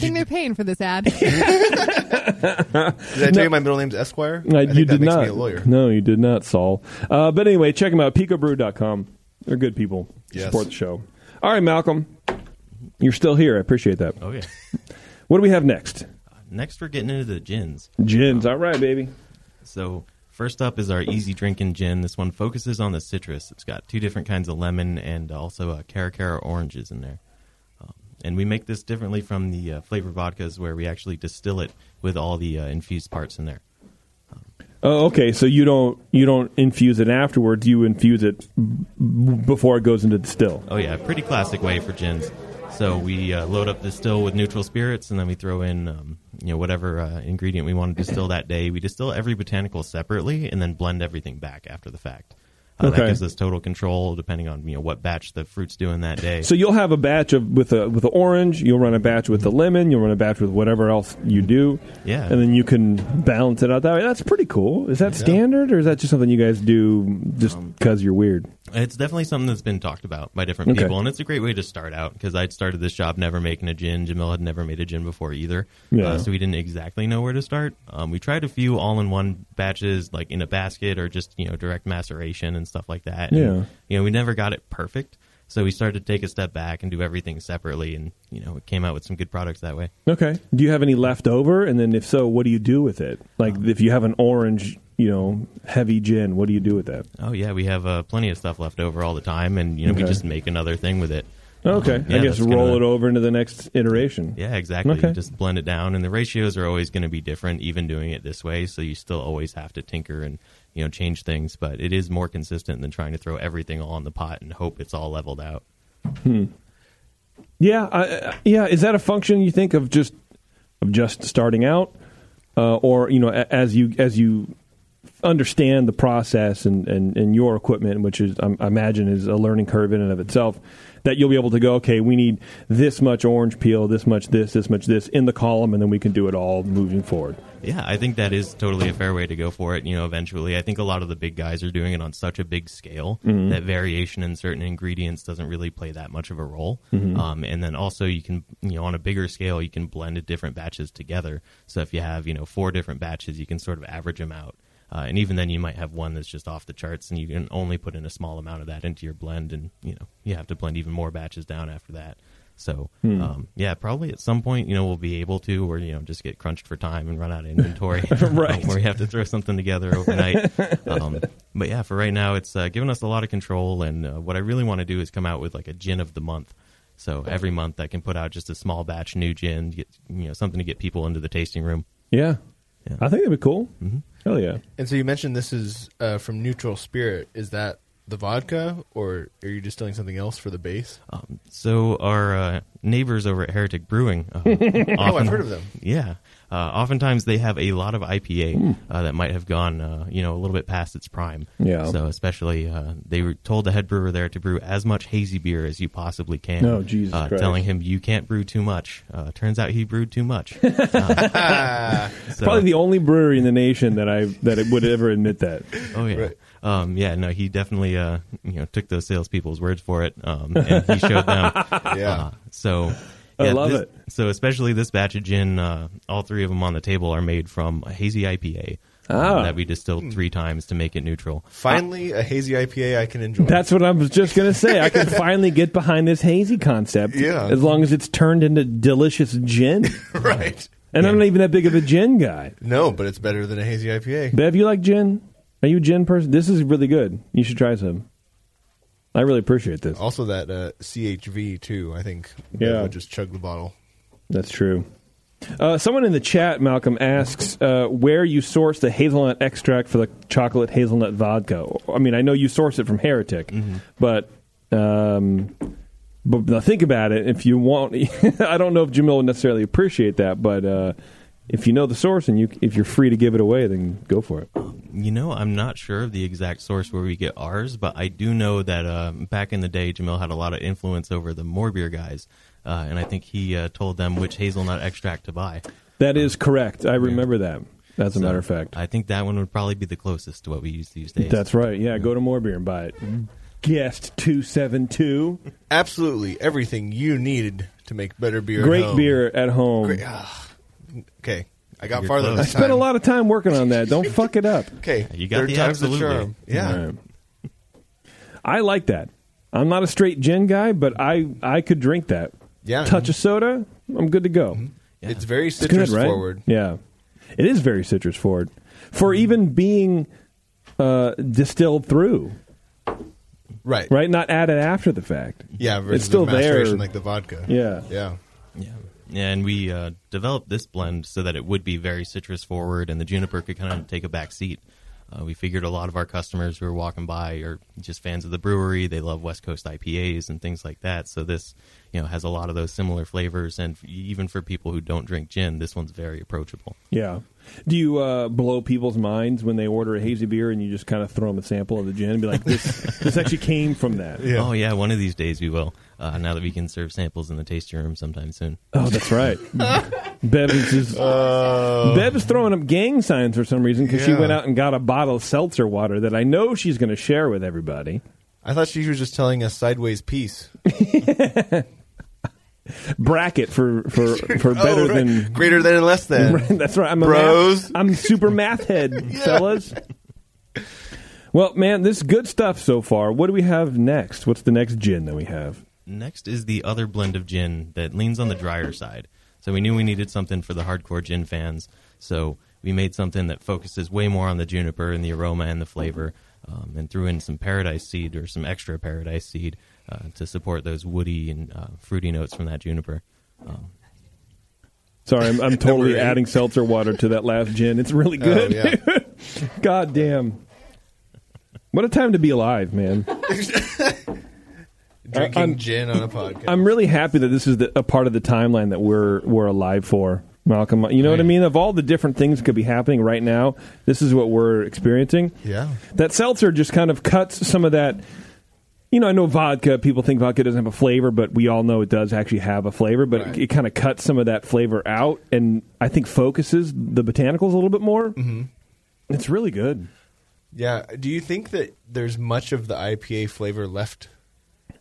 S2: <laughs>
S4: thing they're paying for this ad.
S2: did I tell you my middle name's Esquire?
S1: Uh,
S2: I think
S1: you
S2: that
S1: did
S2: makes
S1: not.
S2: me a lawyer.
S1: No, you did not, Saul. Uh, but anyway, check them out. PicoBrew.com. They're good people.
S2: Yes.
S1: Support the show. All right, Malcolm. You're still here. I appreciate that.
S3: Oh, yeah. <laughs>
S1: What do we have next?
S2: Oh.
S3: Next, we're getting into the gins.
S1: Gins. All right, baby.
S3: So First up is our easy drinking gin. This one focuses on the citrus. It's got two different kinds of lemon and also uh, caracara oranges in there. Um, and we make this differently from the uh, flavored vodkas, where we actually distill it with all the uh, infused parts in there.
S1: Oh, okay. So you don't you don't infuse it afterwards. You infuse it b- before it goes into the still.
S3: Oh yeah, pretty classic way for gins. So we uh, load up the still with neutral spirits, and then we throw in um, you know whatever uh, ingredient we want to distill that day. We distill every botanical separately, and then blend everything back after the fact. Uh,
S1: Okay.
S3: That gives us total control, depending on you know what batch the fruit's doing that day.
S1: So you'll have a batch of with a with an orange. You'll run a batch with the lemon. You'll run a batch with whatever else you do.
S3: Mm-hmm. Yeah.
S1: and then you can balance it out that way. That's pretty cool. Is that standard or is that just something you guys do just
S3: Um,
S1: because you're weird?
S3: It's definitely something that's been talked about by different
S1: Okay.
S3: people, and it's a great way to start out because I'd started this job never making a gin. Jamil had never made a gin before either,
S1: Yeah.
S3: uh, so we didn't exactly know where to start. Um, we tried a few all-in-one batches, like in a basket or just you know direct maceration and stuff like that. And,
S1: Yeah.
S3: you know we never got it perfect, so we started to take a step back and do everything separately, and you know it came out with some good products that way.
S1: Okay. Do you have any left over? And then if so, what do you do with it? Like
S3: Um,
S1: if you have an orange, you know, heavy gin, what do you do with that?
S3: Oh yeah, we have uh, plenty of stuff left over all the time, and you know we
S1: Okay.
S3: just make another thing with it.
S1: Okay.
S3: Um, yeah,
S1: I guess
S3: that's
S1: roll
S3: gonna-
S1: it over into the next iteration.
S3: Yeah, exactly.
S1: Okay.
S3: You just blend it down, and the ratios are always going to be different, even doing it this way. So you still always have to tinker and you know change things, but it is more consistent than trying to throw everything all in the pot and hope it's all leveled out.
S1: Yeah, I, I- yeah. Is that a function you think of just of just starting out, uh, or you know, a- as you as you understand the process and, and, and your equipment, which is I'm- I imagine is a learning curve in and of itself, that you'll be able to go, okay, we need this much orange peel, this much this, this much this in the column, and then we can do it all moving forward.
S3: Yeah, I think that is totally a fair way to go for it. You know, eventually, I think a lot of the big guys are doing it on such a big scale that variation in certain ingredients doesn't really play that much of a role. Um, and then also, you can, you know, on a bigger scale, you can blend different batches together. So if you have, you know, four different batches, you can sort of average them out. Uh, and even then, you might have one that's just off the charts, and you can only put in a small amount of that into your blend, and you know you have to blend even more batches down after that. So um, yeah, probably at some point, you know, we'll be able to, or you know, just get crunched for time and run out of inventory, <laughs> Um,
S1: Right.
S3: where we have to throw something together overnight. um, but yeah, for right now, it's uh, given us a lot of control, and uh, what I really want to do is come out with like a gin of the month. So every month, I can put out just a small batch new gin, get you know something to get people into the tasting room.
S1: Yeah,
S3: Yeah.
S1: I think that'd be cool. Hell yeah.
S2: And so you mentioned this is uh, from Neutral Spirit. Is that the vodka, or are you distilling something else for the base? Oh,
S3: Um, so our uh, neighbors over at Heretic Brewing. Uh, often,
S2: Oh, I've heard of them.
S3: Yeah, uh, oftentimes they have a lot of IPA
S1: Hmm.
S3: uh, that might have gone, uh, you know, a little bit past its prime.
S1: Yeah.
S3: So especially, uh, they were told the head brewer there to brew as much hazy beer as you possibly can.
S1: Oh, Jesus
S3: uh,
S1: Christ.
S3: Telling him you can't brew too much. Uh, turns out he brewed
S1: <laughs>
S3: too much. Uh, <laughs> so-
S1: Probably the only brewery in the nation that I that would ever admit that.
S3: Oh yeah.
S2: Right.
S3: Um, yeah, no, he definitely uh, you know took those salespeople's words for it, um, and he
S1: <laughs>
S3: showed them.
S2: Yeah.
S3: Uh, so
S1: I
S3: yeah,
S1: love
S3: this-
S1: it.
S3: So especially this batch of gin, uh, all three of them on the table are made from a hazy IPA um,
S1: Ah.
S3: that we distilled three times to make it neutral.
S2: Finally, a hazy IPA I can enjoy.
S1: That's what I was just going to say. I can finally get behind this hazy concept.
S2: Yeah.
S1: As long as it's turned into delicious gin.
S2: <laughs> right.
S1: And I'm not even that big of a gin guy.
S2: No, but it's better than a hazy IPA.
S1: Bev, you like gin? Are you a gin person? This is really good. You should try some. I really appreciate this.
S2: Also, that uh, CHV too. I think
S1: Yeah.
S2: would just chug the bottle.
S1: That's true. Uh, someone in the chat, Malcolm, asks uh, where you source the hazelnut extract for the chocolate hazelnut vodka. I mean, I know you source it from Heretic,
S2: Mm-hmm.
S1: but. Um, but now think about it. If you want, <laughs> I don't know if Jamil would necessarily appreciate that, but uh, if you know the source and you, if you're free to give it away, then go for it.
S3: You know, I'm not sure of the exact source where we get ours, but I do know that uh, back in the day, Jamil had a lot of influence over the Morbier guys, uh, and I think he uh, told them which hazelnut extract to buy.
S1: That is correct. I remember that. As a matter of fact,
S3: I think that one would probably be the closest to what we use these days.
S1: that's right. Yeah, go to Morbier and buy it.
S2: Mm-hmm.
S1: Guest two seven two.
S2: Absolutely everything you needed to make better beer. at
S1: Great
S2: home.
S1: beer at home.
S2: Great- ah. okay, I got
S3: You're
S2: farther.
S3: close.
S2: This
S1: I spent
S2: time.
S1: a lot of time working on that. Don't fuck it up.
S2: Okay,
S3: You got
S2: third
S3: the
S2: time's the
S3: absolutely.
S2: charm. <laughs> Yeah,
S1: All right. I like that. I'm not a straight gin guy, but I I could drink that.
S2: Yeah.
S1: Touch of soda, I'm good to go.
S3: Yeah.
S2: it's very
S1: It's good,
S2: citrus
S1: right?
S2: forward. Mm-hmm.
S1: Yeah. It is very citrus forward. For even being uh, distilled through,
S2: Right.
S1: right? Not added after the fact.
S2: Yeah. Versus
S1: still
S2: the
S1: there.
S2: maceration like the vodka.
S1: Yeah.
S2: Yeah.
S3: Yeah. And we uh, developed this blend so that it would be very citrus forward and the juniper could kind of take a back seat. Uh, we figured a lot of our customers who are walking by are just fans of the brewery. They love West Coast IPAs and things like that. So this, you know, has a lot of those similar flavors. And f- e, even for people who don't drink gin, this one's very approachable.
S1: Yeah. Do you uh, blow people's minds when they order a hazy beer and you just kind of throw them a sample of the gin and be like, this, this actually came from that?
S2: Yeah.
S3: Oh yeah, one of these days we will. Uh, now that we can serve samples in the tasting room sometime soon.
S1: Oh, that's right. Bev is just, Bev's throwing up gang signs for some reason because she
S2: Oh. Yeah.
S1: went out and got a bottle of seltzer water that I know she's going to share with everybody.
S2: I thought she was just telling us sideways peace.
S1: Bracket for
S2: <laughs>
S1: for for better
S2: Oh, right.
S1: than. <laughs>
S2: greater than and less than.
S1: that's <laughs> right. I'm a
S2: Bros.
S1: Math, I'm super math
S2: <laughs>
S1: head, fellas. Well, man, this is good stuff so far. What do we have next? What's the next gin that we have?
S3: Next is the other blend of gin that leans on the drier side. So we knew we needed something for the hardcore gin fans. So we made something that focuses way more on the juniper and the aroma and the flavor, um, and threw in some paradise seed or some extra paradise seed uh, to support those woody and uh, fruity notes from that juniper.
S1: Sorry,
S2: <laughs>
S1: I'm, I'm totally
S2: eight.
S1: adding seltzer water to that last gin. It's really
S2: Oh,
S1: good.
S2: yeah.
S1: <laughs> God damn. What a time to be alive, man.
S2: Drinking
S1: I'm-
S2: gin on
S1: <laughs>
S2: a podcast.
S1: I'm really happy that this is the, a part of the timeline that we're we're alive for, Malcolm. You know what I mean? Of all the different things that could be happening right now, this is what we're experiencing.
S2: yeah.
S1: That seltzer just kind of cuts some of that. You know, I know vodka. People think vodka doesn't have a flavor, but we all know it does actually have a flavor. But
S2: Right.
S1: it, it kind of cuts some of that flavor out, and I think focuses the botanicals a little bit more. Mm-hmm. It's really good.
S2: Yeah. Do you think that there's much of the IPA flavor left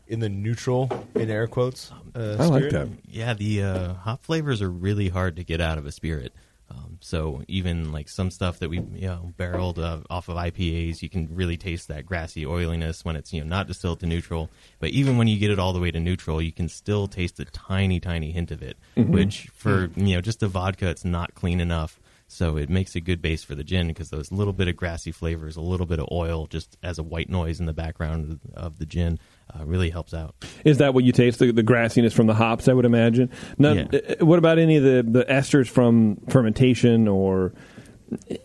S2: in the neutral, in air quotes? Uh,
S1: I like
S2: spirit?
S1: that.
S3: Yeah, the uh, hop flavors are really hard to get out of a spirit. Um, so even like some stuff that we you know barreled uh, off of IPAs, you can really taste that grassy oiliness when it's you know not distilled to neutral. But even when you get it all the way to neutral, you can still taste a tiny, tiny hint of it. Which for you know just a vodka, it's not clean enough. So it makes a good base for the gin because those little bit of grassy flavors, a little bit of oil, just as a white noise in the background of the gin, uh, really helps out.
S1: Is that what you taste? The, the grassiness from the hops, I would imagine. None,
S3: Yeah.
S1: uh, What about any of the, the esters from fermentation or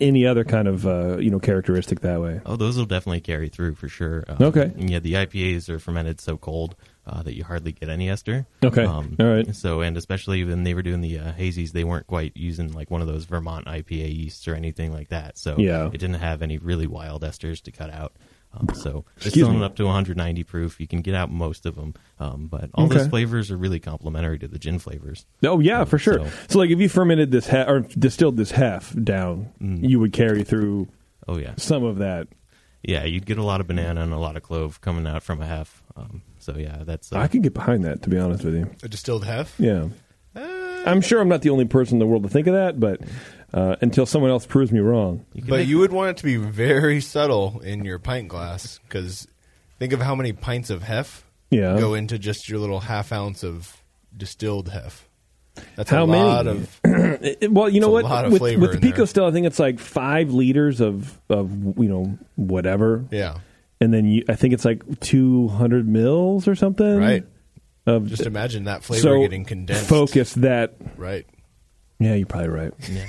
S1: any other kind of uh, you know characteristic that way?
S3: Oh, those will definitely carry through for sure. Um,
S1: Okay.
S3: Yeah, the IPAs are fermented so cold uh, that you hardly get any ester. Um,
S1: Okay. All right.
S3: So, and especially when they were doing the uh, hazies, they weren't quite using like one of those Vermont IPA yeasts or anything like that. So,
S1: Yeah.
S3: it didn't have any really wild esters to cut out. Um, so, it's
S1: Excuse
S3: still
S1: me.
S3: up to 190 proof. You can get out most of them, um, but all those
S1: Okay.
S3: flavors are really complementary to the gin flavors.
S1: Oh yeah, for sure. So,
S3: So-
S1: like, if you fermented this he- or distilled this hef down,
S3: Mm.
S1: you would carry through
S3: Oh yeah,
S1: some of that.
S3: yeah. You'd get a lot of banana and a lot of clove coming out from a half. Um, so yeah, that's uh,
S1: I could get behind that, to be honest with you.
S2: A distilled hef? Uh,
S1: Yeah, I'm sure I'm not the only person in the world to think of that, but uh, until someone else proves me wrong,
S3: you can
S2: But
S3: make-
S2: you would want it to be very subtle in your pint glass because think of how many pints of hef
S1: Yeah.
S2: go into just your little half ounce of distilled hef. That's
S1: How
S2: a
S1: many?
S2: lot of
S1: It- <clears throat> it- well, you know
S2: a
S1: what?
S2: lot of
S1: with,
S2: flavor
S1: with the
S2: in there.
S1: Pico still, I think it's like five liters of of you know whatever,
S2: yeah,
S1: and then you, I think it's like two hundred mils or something.
S2: right.
S1: Of
S2: Just imagine that flavor
S1: Um, so
S2: getting condensed.
S1: Focus that.
S2: right?
S1: Yeah, you're probably right.
S3: yeah.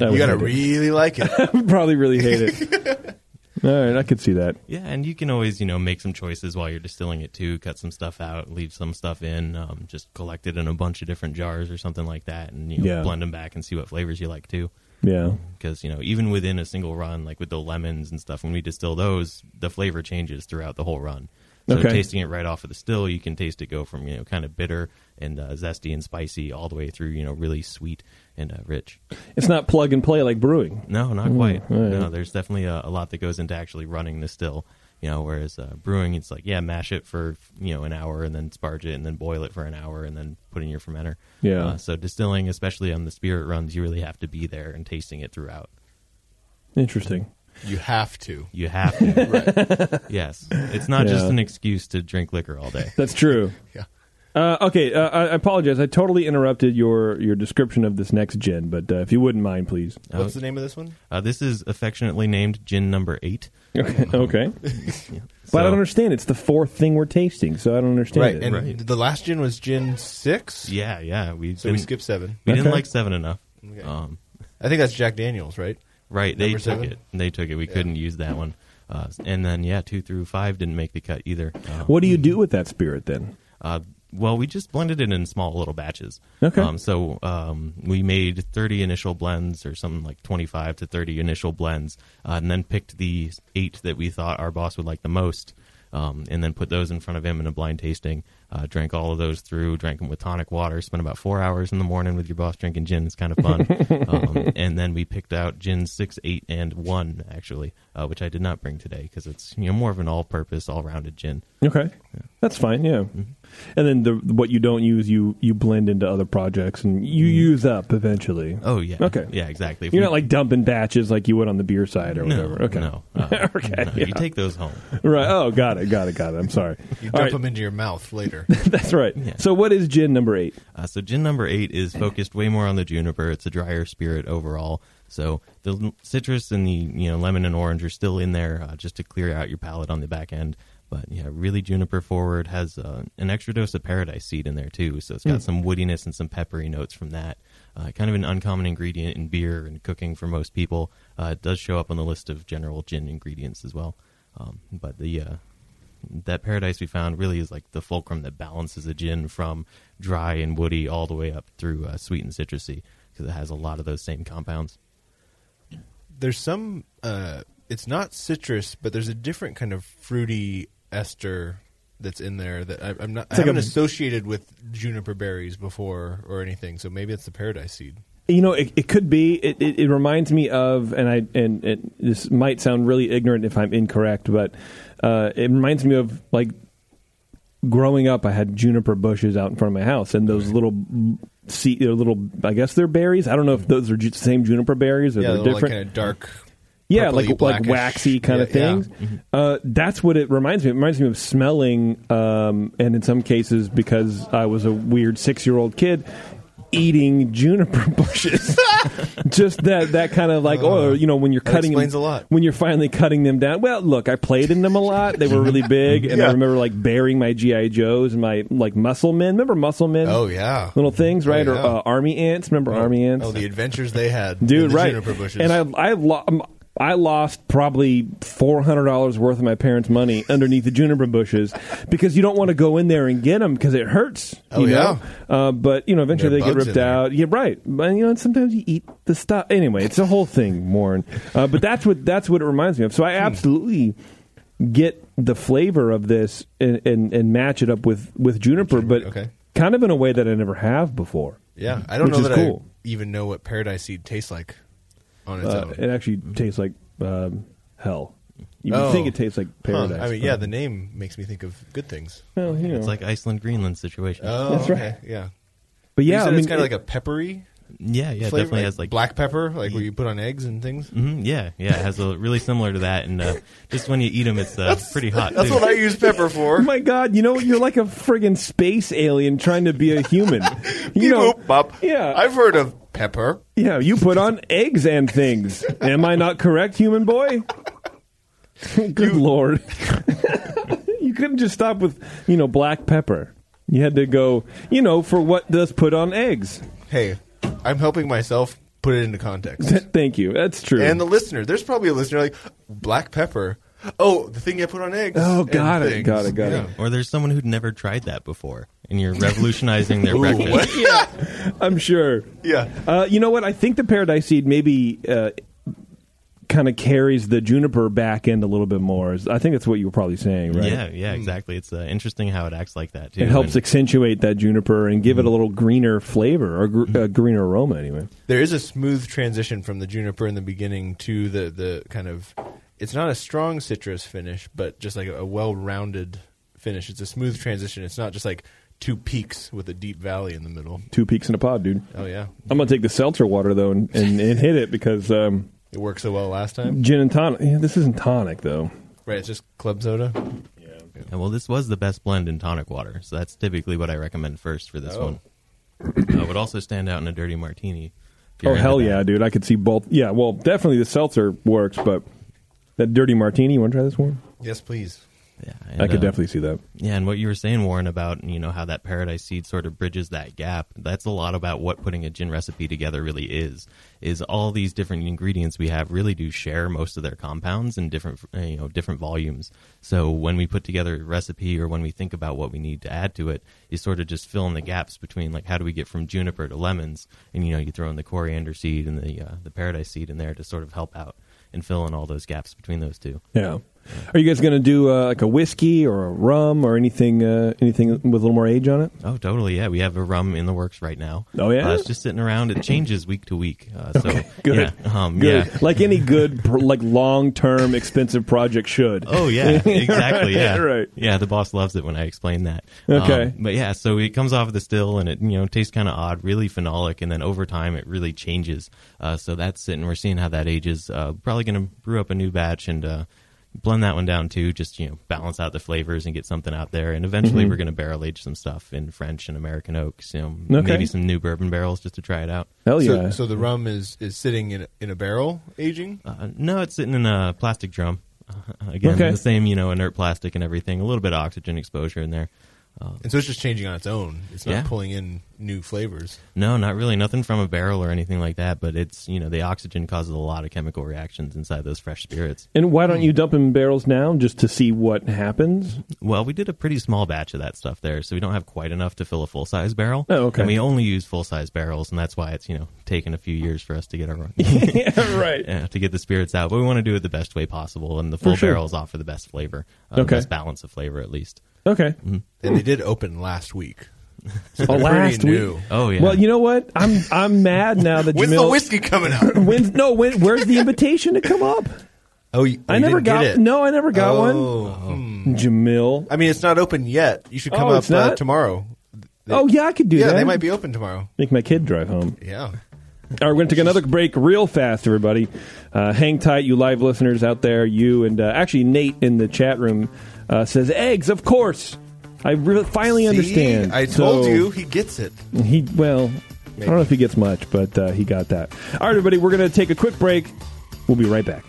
S1: <laughs> That
S2: You
S1: was
S2: gotta
S1: my bad.
S2: really
S1: <laughs>
S2: like it.
S1: probably really hate it.
S2: <laughs>
S1: All right, I could see that.
S3: Yeah, and you can always, you know, make some choices while you're distilling it too. Cut some stuff out, leave some stuff in. Um, just collect it in a bunch of different jars or something like that, and you know,
S1: Yeah.
S3: blend them back and see what flavors you like too.
S1: Yeah.
S3: Because you know, even within a single run, like with the lemons and stuff, when we distill those, the flavor changes throughout the whole run. So
S1: Okay.
S3: tasting it right off of the still, you can taste it go from you know kind of bitter and uh, zesty and spicy all the way through you know really sweet and uh, rich.
S1: It's not plug and play like brewing.
S3: No, not quite.
S1: Hmm, all right.
S3: No, there's definitely a, a lot that goes into actually running the still. You know, whereas uh, brewing, it's like yeah, mash it for you know an hour and then sparge it and then boil it for an hour and then put in your fermenter.
S1: Yeah.
S3: Uh, so distilling, especially on the spirit runs, you really have to be there and tasting it throughout.
S1: Interesting.
S2: You have to.
S3: You have to.
S2: Right.
S1: <laughs>
S3: yes, it's not just
S1: Yeah.
S3: an excuse to drink liquor all day.
S1: That's true.
S2: Yeah.
S1: Uh, okay, uh, I I apologize. I totally interrupted your, your description of this next gen, but uh, if you wouldn't mind, please. <laughs>
S2: What's the name of this one?
S3: Uh, this is affectionately named gin number eight.
S1: Okay. okay. But I
S3: So-
S1: don't understand. It's the fourth thing we're tasting, so I don't understand it.
S2: and
S3: Right.
S2: the last gin was gin six.
S3: Yeah, yeah. We
S2: So we
S3: didn't,
S2: skipped seven.
S3: we didn't
S1: Okay.
S3: like seven enough.
S2: Okay.
S3: Um,
S2: I think that's Jack Daniels, right?
S3: right. They
S2: Number
S3: took
S2: seven?
S3: it. They took it. We couldn't use that one. Uh, and then yeah, two through five didn't make the cut either.
S2: Oh.
S3: Um,
S1: What do you do with that spirit then?
S3: Uh, well, we just blended it in small little batches.
S1: Okay.
S3: Um, so um, we made 30 initial blends or something like 25 to 30 initial blends, uh, and then picked the eight that we thought our boss would like the most, um, and then put those in front of him in a blind tasting. Uh, drank all of those through, drank them with tonic water, spent about four hours in the morning with your boss drinking gin. It's kind of
S1: <laughs>
S3: fun. um, and then we picked out gin 6, 8, and 1, actually, uh, which I did not bring today because it's you know more of an all purpose, all rounded gin.
S1: Okay, that's fine. Yeah,
S3: Mm-hmm.
S1: and then the what you don't use, you you blend into other projects, and you use up eventually.
S3: Mm-hmm. Oh, yeah.
S1: Okay.
S3: Yeah, exactly. If
S1: You're
S3: we-
S1: not like dumping batches like you would on the beer side or
S3: No,
S1: whatever. Okay, <laughs>
S3: no. Uh,
S1: okay,
S3: no,
S1: yeah.
S3: You take those home.
S1: right. Oh, got it, got it, got it. I'm sorry.
S2: You
S1: All
S2: dump
S1: right,
S2: them into your
S1: <laughs>
S2: mouth later.
S1: that's right. So, what is gin number eight?
S3: Uh, so gin number eight is focused way more on the juniper. It's a drier spirit overall. So the l- citrus and the you know lemon and orange are still in there uh, just to clear out your palate on the back end. But yeah, really juniper forward has uh, an extra dose of paradise seed in there too.
S1: Hmm.
S3: So it's got some woodiness and some peppery notes from that. Uh, kind of an uncommon ingredient in beer and cooking for most people. Uh, it does show up on the list of general gin ingredients as well. Um, but the uh, that paradise we found really is like the fulcrum that balances a gin from dry and woody all the way up through uh, sweet and citrusy because it has a lot of those same compounds.
S2: there's some. Uh, it's not citrus, but there's a different kind of fruity ester that's in there that I, I'm not. I
S1: like
S2: haven't
S1: a-
S2: associated with juniper berries before or anything. So maybe it's the paradise seed.
S1: You know, it, it could be. It, it, it reminds me of, and I and it, this might sound really ignorant if I'm incorrect, but uh, it reminds me of like growing up. I had juniper bushes out in front of my house, and those little see, they're little. I guess they're berries. I don't know if those are ju- same juniper berries or
S2: yeah,
S1: they're
S2: they're like
S1: different.
S2: kind of dark.
S1: yeah,
S2: purpley,
S1: like like
S2: blackish.
S1: waxy kind of
S2: Yeah, Mm-hmm. yeah.
S1: things. Uh, that's what it reminds me. It reminds me of smelling, um, and in some cases, because I was a weird six year old kid. Eating <laughs> juniper bushes, <laughs> just that that kind of like, oh, you know, when you're
S2: Uh, That
S1: cutting
S2: explains
S1: them,
S2: a lot.
S1: when you're finally cutting them down. Well, look, I played in them a lot. They were really big, and I
S2: Yeah.
S1: remember like burying my GI Joes, and my like muscle men. Remember muscle men?
S2: Oh yeah,
S1: little things,
S2: Oh,
S1: right? Or
S2: yeah.
S1: uh, army ants? Remember army ants?
S2: Oh, the adventures they had, in
S1: dude
S2: the
S1: right
S2: Juniper bushes.
S1: and i i lo- um, I lost probably four hundred dollars worth of my parents' money underneath the juniper bushes because you don't want to go in there and get them because it hurts.
S2: Oh,
S1: you know?
S2: yeah.
S1: uh, but you know eventually
S2: There are
S1: they get
S2: bugs
S1: ripped
S2: in there.
S1: out. Yeah, right. But you know and sometimes you eat the stuff anyway. It's a whole thing, Warren. Uh, but that's what that's what it reminds me of. So I
S2: Hmm.
S1: absolutely get the flavor of this and and, and match it up with with juniper, but
S2: okay.
S1: kind of in a way that I never have before.
S2: yeah, I don't
S1: which
S2: know
S1: is
S2: that
S1: cool.
S2: I even know what paradise seed tastes like on its
S1: Uh,
S2: own.
S1: it actually tastes like um, hell. You would
S2: Oh.
S1: think it tastes like
S2: Huh,
S1: paradise.
S2: I mean,
S1: but-
S2: yeah, the name makes me think of good <laughs> things.
S1: Well, you know.
S3: It's like Iceland Greenland situation.
S2: Oh,
S1: That's right.
S2: okay, yeah.
S1: but
S2: you
S1: yeah,
S2: said
S1: I mean,
S2: it's kind
S1: it-
S2: of like a peppery
S3: yeah, yeah, it
S2: flavor,
S3: definitely has like
S2: black pepper, like where you put on eggs and things.
S3: Mhm, yeah, yeah, it has a really similar to that, and uh, just when you eat them, it's uh, pretty
S2: <laughs>
S3: hot.
S2: That's
S3: too.
S2: what I use pepper <laughs>
S1: Oh
S2: for.
S1: my god! You know, you're like a friggin' space alien trying to be a
S2: <laughs>
S1: human. You know,
S2: Beep, boop, bop.
S1: yeah,
S2: I've heard of pepper.
S1: yeah. You put on eggs and things. Am I not correct, human boy? <laughs> Good lord! <laughs> you couldn't just stop with you know black pepper. You had to go, you know, for what does put on eggs? <laughs>
S2: Hey, I'm helping myself put it into context.
S1: Thank you. That's true.
S2: <laughs> and the listener, there's probably a listener like black pepper. Oh, the thing I put on eggs.
S1: Oh,
S2: and
S1: got it,
S2: things."
S1: got it, got it.
S3: Or there's someone who'd never tried that before, and you're revolutionizing
S2: <laughs>
S3: their
S2: Ooh,
S3: breakfast.
S2: what?
S1: I'm sure.
S2: Yeah.
S1: Uh, you know what? I think the paradise seed maybe uh, kind of carries the juniper back end a little bit more. Is- I think that's what you were probably saying, right?
S3: Yeah, yeah,
S2: Hmm.
S3: exactly. It's uh, interesting how it acts like that too.
S1: It helps
S3: And-
S1: accentuate that juniper and give it a little greener flavor or gr- uh, greener aroma, anyway.
S2: There is a smooth transition from the juniper in the beginning to the the kind of it's not a strong citrus finish, but just like a, well-rounded finish. It's a smooth transition. It's not just like two peaks with a deep valley in the middle.
S1: Two peaks in a pod, dude.
S2: Oh yeah.
S1: I'm gonna take the seltzer water though and, and, and hit it because um,
S2: It worked so well last time.
S1: gin and tonic. Yeah, this isn't tonic though.
S2: Right, it's just club soda.
S3: And well, this was the best blend in tonic water, so that's typically what I recommend first for this
S2: Oh.
S3: one. uh, would also stand out in a dirty martini. if you're
S1: oh
S3: into
S1: hell
S3: that.
S1: yeah, dude! I could see both. Yeah, well, definitely the seltzer works, but that dirty martini. You want to try this one?
S2: Yes, please.
S3: yeah
S1: I
S3: and,
S1: could
S3: uh,
S1: definitely see that.
S3: Yeah, and what you were saying, Warren, about you know how that paradise seed sort of bridges that gap. That's a lot about what putting a gin recipe together really is. Is all these different ingredients we have really do share most of their compounds in different uh, you know different volumes. So when we put together a recipe or when we think about what we need to add to it, you sort of just fill in the gaps between like how do we get from juniper to lemons, and you know you throw in the coriander seed and the uh, the paradise seed in there to sort of help out and fill in all those gaps between those two.
S1: Yeah. Are you guys going to do uh, like a whiskey or a rum or anything? Uh, anything with a little more age on it?
S3: Oh, totally. Yeah, we have a rum in the works right now.
S1: Oh, yeah?
S3: uh, it's just sitting around. It changes week to week. Uh, so
S1: <laughs> Good.
S3: yeah, um,
S1: Good.
S3: yeah.
S1: Like any good, pr- like long term, expensive project should. <laughs>
S3: Oh yeah, exactly. Yeah,
S1: Right.
S3: Yeah, the boss loves it when I explain that.
S1: Okay.
S3: Um, but yeah, so it comes off the still and it you know tastes kind of odd, really phenolic, and then over time it really changes. Uh, so that's it, and we're seeing how that ages. Uh, probably going to brew up a new batch and uh, blend that one down too, just you know balance out the flavors and get something out there. And eventually
S1: Mm-hmm.
S3: we're going to barrel age some stuff in French and American oaks. You know,
S1: Okay.
S3: maybe some new bourbon barrels just to try it out.
S1: Hell
S2: so,
S1: yeah!
S2: so the rum is, is sitting in a, in a barrel aging.
S1: Oh.
S3: Uh, no, it's sitting in a plastic drum. Uh, again,
S1: Okay.
S3: the same, you know, inert plastic and everything. A little bit of oxygen exposure in there.
S2: And so it's just changing on its own. It's not
S3: Yeah.
S2: pulling in new flavors.
S3: No, not really. Nothing from a barrel or anything like that. But it's, you know, the oxygen causes a lot of chemical reactions inside those fresh spirits.
S1: and why don't you dump in barrels now just to see what happens?
S3: Well, we did a pretty small batch of that stuff there, so we don't have quite enough to fill a full size barrel.
S1: Oh, okay.
S3: And we only use full size barrels, and that's why it's, you know, taken a few years for us to get
S1: <laughs>
S3: our
S1: yeah, right.
S3: yeah, to get the spirits out. But we want to do it the best way possible, and the full
S1: sure.
S3: barrels offer the best flavor, uh, the
S1: Okay.
S3: best balance of flavor at least.
S1: Okay.
S2: And they did open last week. So
S1: Oh,
S2: they're
S1: last
S2: pretty
S1: week.
S2: new.
S3: Oh yeah.
S1: Well, you know what? I'm I'm mad now that
S2: When's
S1: Jamil.
S2: the whiskey coming out?
S1: When's- no? When, where's the invitation to come up?
S2: Oh, you,
S1: I
S2: you
S1: never
S2: didn't get
S1: got
S2: it.
S1: no. I never got
S2: Oh.
S1: one. Jamil.
S2: I mean, it's not open yet. You should come
S1: Oh,
S2: up
S1: it's not?
S2: Uh, tomorrow. They-
S1: oh yeah, I could do
S2: yeah,
S1: that.
S2: they might be open tomorrow.
S1: make my kid drive home.
S2: Yeah,
S1: All right, we're going to take another break real fast, everybody. Uh, hang tight, you live listeners out there. You and uh, actually Nate in the chat room uh, says eggs, of course. I re- finally
S2: See?
S1: understand.
S2: I told
S1: So-
S2: you he gets it.
S1: He well, I don't know if he gets much, but uh, he got that. All right, everybody, we're going to take a quick break. We'll be right back.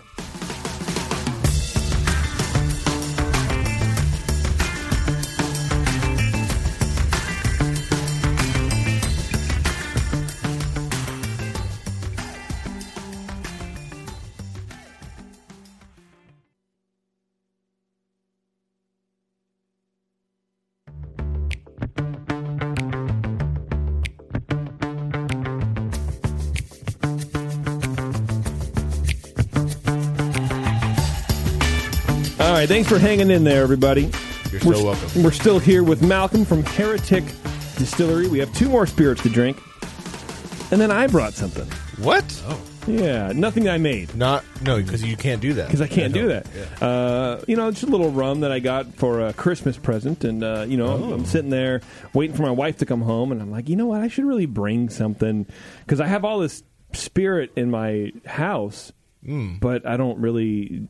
S1: All right, thanks for hanging in there, everybody.
S2: You're
S1: We're,
S2: so welcome.
S1: we're still here with Malcolm from Heretic Distillery. We have two more spirits to drink, and then I brought something.
S2: What? Oh,
S1: Yeah, nothing I made.
S2: not no, because you can't do that.
S1: because I can't
S2: No.
S1: do that.
S2: Yeah.
S1: Uh, you know, it's a little rum that I got for a Christmas present, and uh, you know, I'm,
S2: Oh.
S1: I'm sitting there waiting for my wife to come home, and I'm like, you know what, I should really bring something because I have all this spirit in my house,
S2: Hmm.
S1: but I don't really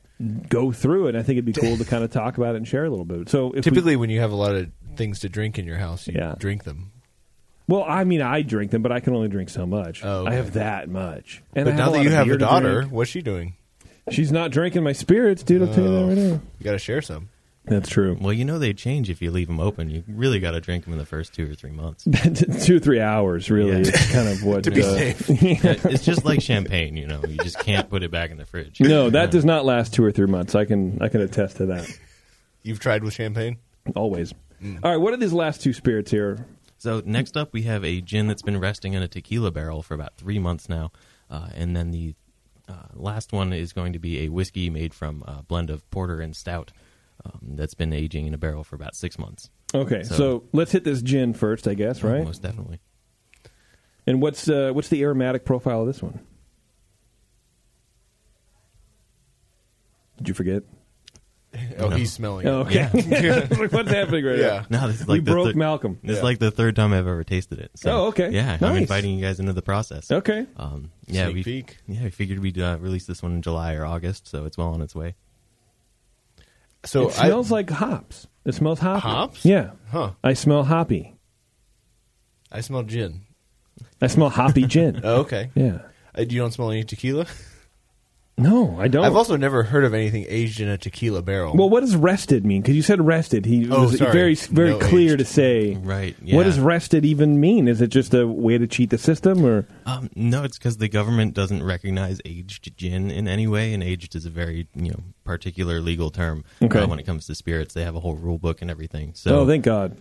S1: go through it. I
S2: <laughs>
S1: think it'd be cool to kind of talk about it and share a little bit. So if we-
S2: Typically, when you have a lot of things to drink in your house, you
S1: Yeah.
S2: drink them,
S1: well, I mean, I drink them, but I can only drink so much.
S2: Oh, okay.
S1: I have that much, and I
S2: but now
S1: lot
S2: that you
S1: of
S2: have
S1: beer
S2: a
S1: to
S2: daughter,
S1: drink.
S2: what's she doing?
S1: she's not drinking my spirits, dude. I'll tell you that right now.
S2: You got to share some.
S1: That's true.
S3: Well, you know they change if you leave them open. You really got to drink them in the first two or
S1: <laughs>
S3: three months.
S1: two three hours really
S3: Yeah.
S1: is
S2: <laughs>
S1: kind of what
S2: To be
S1: uh, <laughs>
S2: safe,
S3: it's just like champagne, you know. You just can't put it back in the fridge.
S1: no that
S3: Yeah.
S1: does not last two or three months i can i can attest to that
S2: you've tried with champagne.
S1: always
S2: Mm.
S1: all right what are these last two spirits here
S3: <laughs> So next up, we have a gin that's been resting in a tequila barrel for about three months now, uh, and then the uh, last one is going to be a whiskey made from a blend of porter and stout um, that's been aging in a barrel for about six months.
S1: okay so,
S3: So-
S1: let's hit this gin first i guess right
S3: Most definitely.
S1: and what's uh, what's the aromatic profile of this one did you forget
S2: Oh,
S3: No.
S2: he's smelling.
S1: oh,
S2: it.
S1: okay <laughs> what's happening right
S2: Yeah.
S1: now
S3: No, this is
S1: We
S3: like the
S1: broke
S3: thir-
S1: Malcolm.
S3: This
S2: Yeah.
S3: is like the third time I've ever tasted it. So,
S1: Oh, okay.
S3: Yeah, I'm
S1: Nice.
S3: inviting you guys into the process.
S1: okay
S3: Um, yeah,
S2: Sneak
S3: we
S2: peek.
S3: yeah we figured we'd uh, release this one in July or August, so it's well on its way.
S2: So
S1: it smells like hops. It smells hoppy.
S2: Hops?
S1: Yeah.
S2: Huh.
S1: I smell hoppy.
S2: I, I smell gin.
S1: I smell
S2: <laughs>
S1: hoppy gin.
S2: Oh, okay.
S1: Yeah.
S2: Uh, you don't smell any tequila?
S1: No, I don't.
S2: I've also never heard of anything aged in a tequila barrel.
S1: Oh. well, what does rested mean? Because you said rested. He
S2: Oh,
S1: was
S2: sorry.
S1: very, very
S2: No
S1: clear
S2: aged.
S1: to say.
S3: Right,
S1: What
S3: yeah.
S1: does rested even mean? Is it just a way to cheat the system, or
S3: Um, no, it's because the government doesn't recognize aged gin in any way, and aged is a very you know particular legal term
S1: Okay.
S3: uh, when it comes to spirits. They have a whole rule book and everything. So
S1: oh, thank God.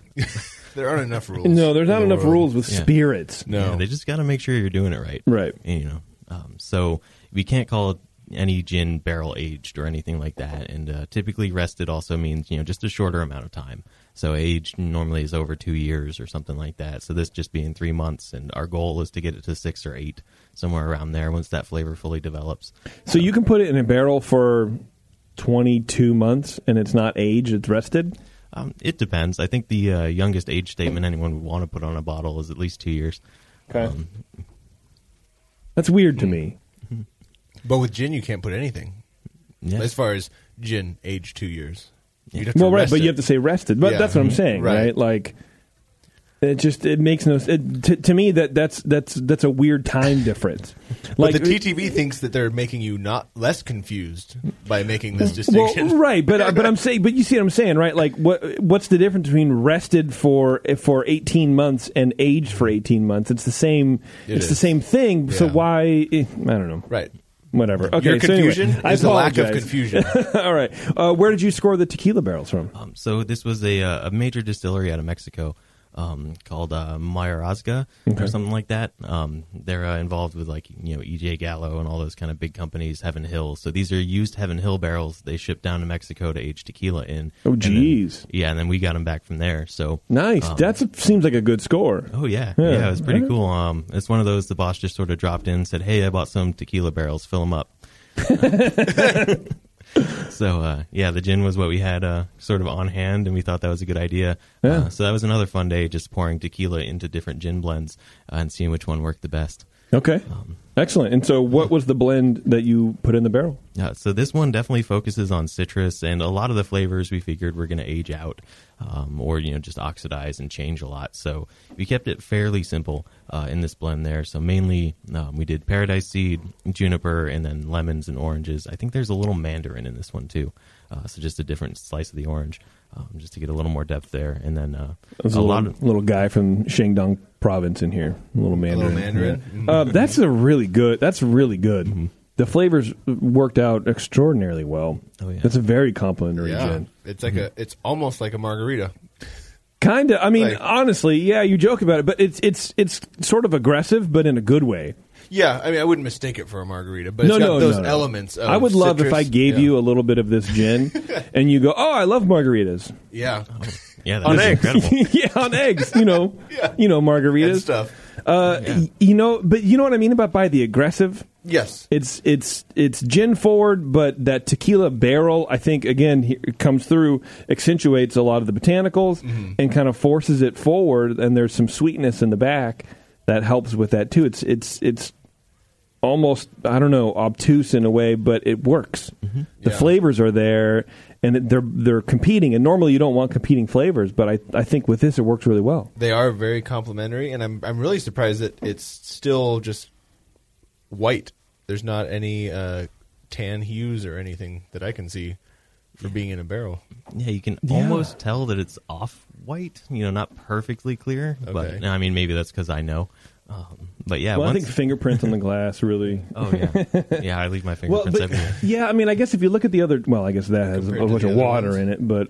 S2: there aren't enough rules.
S1: No, there's
S2: in
S1: not
S2: the
S1: enough
S2: world.
S1: rules with
S3: Yeah.
S1: spirits.
S2: No.
S3: Yeah, they just got to make sure you're doing it right.
S1: Right.
S3: You know, um, so we can't call it any gin barrel aged or anything like that. And uh, typically, rested also means you know just a shorter amount of time. So aged normally is over two years or something like that. So this just being three months, and our goal is to get it to six or eight, somewhere around there. Once that flavor fully develops,
S1: So you can put it in a barrel for 22 months, and it's not aged; it's rested.
S3: um, it depends. I think the uh, youngest age statement anyone would want to put on a bottle is at least two years.
S1: Okay. That's weird to me.
S2: But with gin, you can't put anything.
S3: Yeah.
S2: As far as gin aged two years, you'd have to
S1: Well, right,
S2: rest
S1: but
S2: it.
S1: you have to say rested. But
S2: Yeah. Mm-hmm.
S1: that's what I'm saying, right?
S2: Right.
S1: Like, it just it makes no. s- It, to, to me, that that's that's that's a weird time
S2: <laughs>
S1: difference.
S2: But
S1: Like uh,
S2: the TTB thinks that they're making you not less confused by making this
S1: <laughs> Well,
S2: <laughs> distinction.
S1: right, but uh, but I'm saying, but you see what I'm saying, right? Like, what what's the difference between rested for for 18 months and aged for 18 months? It's the same.
S2: It
S1: it's the
S2: is.
S1: same thing. So
S2: Yeah.
S1: why? eh, I don't know.
S2: Right.
S1: Whatever. Okay.
S2: Your
S1: so anyway,
S2: confusion
S1: I
S2: is the lack of
S1: apologize.
S2: confusion.
S1: All right. Uh, where did you score the tequila barrels from?
S3: Um, so this was a, uh, a major distillery out of Mexico um, called uh, Mayorazga or something like that. Um, they're uh, involved with like you know EJ Gallo and all those kind of big companies, Heaven Hill. So these are used Heaven Hill barrels. They ship down to Mexico to age tequila in.
S1: Oh,
S3: And then-
S1: geez.
S3: yeah, and then we got them back from there. So
S1: Nice.
S3: um,
S1: That seems like a good score.
S3: Oh yeah,
S1: Yeah.
S3: yeah, it was pretty cool. Um, it's one of those the boss just sort of dropped in, and said, "Hey, I bought some tequila barrels, fill
S1: <laughs>
S3: them up." so uh, yeah, the gin was what we had uh, sort of on hand, and we thought that was a good idea.
S1: Yeah.
S3: Uh, so that was another fun day, just pouring tequila into different gin blends uh, and seeing which one worked the best.
S1: Okay. Excellent. And so, what was the blend that you put in the barrel?
S3: Yeah, so this one definitely focuses on citrus, and a lot of the flavors we figured were going to age out, um, or you know just oxidize and change a lot. So we kept it fairly simple uh, in this blend there. So mainly um, we did paradise seed, juniper, and then lemons and oranges. I think there's a little mandarin in this one too, uh, so just a different slice of the orange, um, just to get a little more depth there. And then uh,
S1: There's a,
S3: a
S1: little,
S3: lot of
S1: little guy from Shandong province in here. A little Mandarin.
S2: Mandarin. Mm-hmm.
S1: Yeah. Uh, that's a really good. That's really good. The flavors worked out extraordinarily well.
S3: Oh, yeah.
S1: That's a <laughs> very complimentary
S2: yeah,
S1: gin. Mm-hmm.
S2: it's like a, it's almost like a margarita.
S1: Kind of. I mean,
S2: Like-
S1: honestly, yeah, you joke about it, but it's it's it's sort of aggressive, but in a good way.
S2: Yeah, I mean, I wouldn't mistake it for a margarita, but
S1: no,
S2: it's got
S1: no,
S2: those
S1: no, no.
S2: elements. Of
S1: I would love if I gave you a little bit of this
S2: <laughs>
S1: gin, and you go, "Oh, I love margaritas." <laughs>
S2: yeah,
S3: yeah,
S2: On
S3: that's
S2: eggs.
S3: incredible.
S1: yeah, on eggs. You know,
S2: <laughs> Yeah.
S1: you know margaritas
S2: and stuff.
S1: Uh, y- you know, but you know what I mean about by the aggressive.
S2: Yes,
S1: It's it's it's gin forward, but that tequila barrel, I think, again here, it comes through, accentuates a lot of the botanicals,
S3: Mm-hmm.
S1: and kind of forces it forward. And there's some sweetness in the back that helps with that too. It's it's it's almost I don't know obtuse in a way, but it works.
S3: Mm-hmm.
S1: The
S2: Yeah.
S1: flavors are there, and it- they're they're competing. And normally you don't want competing flavors, but I I think with this it works really well.
S2: they are very complimentary, and I'm I'm really surprised that it's still just white. There's not any uh, tan hues or anything that I can see for being in a barrel.
S3: Yeah, you can
S1: Yeah.
S3: almost tell that it's off white. You know, not perfectly clear, but
S2: Okay.
S3: I mean, maybe that's because I know. Um, but yeah,
S1: Well, I
S3: once,
S1: think fingerprints on the glass really
S3: <laughs> oh <laughs> yeah, yeah, I leave my
S1: <laughs> Well,
S3: fingerprints
S1: but,
S3: everywhere.
S1: yeah, I mean, I guess if you look at the other, well, I guess that has a
S2: Compared to
S1: bunch
S2: the
S1: of
S2: other
S1: water
S2: ones.
S1: in it, but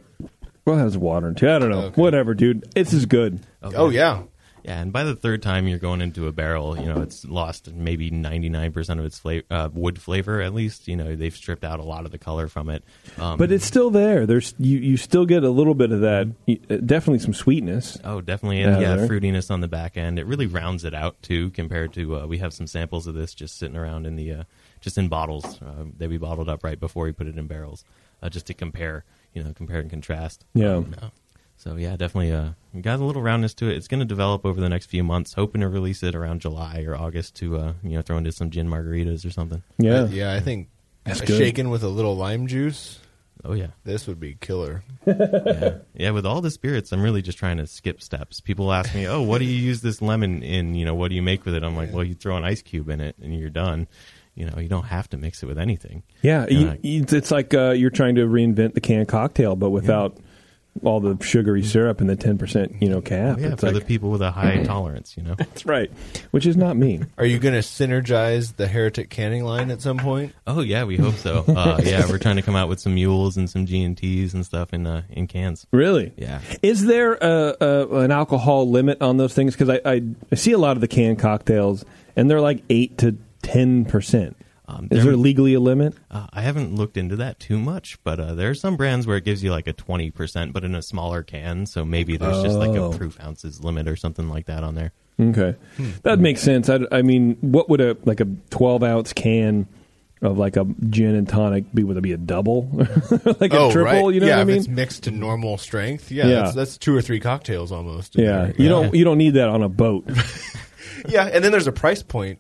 S1: well, it has water too. I don't know,
S2: Okay.
S1: whatever, dude. This is good.
S2: Oh yeah,
S3: yeah. And by the third time you're going into a barrel, you know it's lost maybe 99 percent of its flavor, uh, wood flavor at least. You know they've stripped out a lot of the color from it. Um,
S1: But it's still there. There's you, you still get a little bit of that. y- uh, Definitely some sweetness.
S3: Oh, definitely. And
S1: Yeah,
S3: yeah,
S1: there.
S3: fruitiness on the back end. It really rounds it out too, compared to uh, we have some samples of this just sitting around in the uh, just in bottles uh, that we bottled up right before we put it in barrels, uh, just to compare, you know, compare and contrast.
S1: Yeah.
S3: So yeah, definitely. Uh, we got a little roundness to it. It's going to develop over the next few months. Hoping to release it around July or August to uh, you know throw into some gin margaritas or something.
S1: Yeah.
S2: Uh, yeah. I think
S1: That's
S2: uh,
S1: good.
S2: shaken with a little lime juice
S3: Oh yeah.
S2: This would be killer.
S3: yeah. Yeah, with all the spirits, I'm really just trying to skip steps. People ask me, "Oh, what do you use this lemon in? You know, what do you make with it?" I'm like, "Well, you throw an ice cube in it, and you're done. You know, you don't have to mix it with anything."
S1: Yeah, you,
S3: I-
S1: you- it's like uh, you're trying to reinvent the canned cocktail, but without all the sugary syrup and the ten percent, you know, cap.
S3: Oh, yeah,
S1: it's
S3: for
S1: like,
S3: the people with a
S1: <clears throat>
S3: high tolerance, you know.
S1: that's right, which is not me.
S2: Are you going to synergize the heretic canning line at some point?
S3: Oh yeah, we hope so. Uh, yeah, we're trying to come out with some mules and some G and Ts and stuff in uh, in cans.
S1: Really?
S3: Yeah.
S1: Is there a, a, an alcohol limit on those things? Because I, I, I see a lot of the canned cocktails, and they're like eight to ten percent.
S3: Um,
S1: Is
S3: there-
S1: there legally a limit?
S3: Uh, I haven't looked into that too much, but uh, there are some brands where it gives you like a twenty percent, but in a smaller can. So maybe there's just like
S1: Oh.
S3: a proof ounces limit or something like that on there.
S1: Okay, that makes sense. I, I mean, what would a like a twelve ounce can of like a gin and tonic be? Would it be a double, <laughs> like a triple? You know
S2: Oh, yeah,
S1: what I
S2: if
S1: mean?
S2: it's mixed to normal strength, yeah,
S1: Yeah.
S2: That's, that's two or three cocktails almost. in
S1: Yeah,
S2: there.
S1: you don't you don't need that on a boat. <laughs>
S2: Yeah, and then there's a price point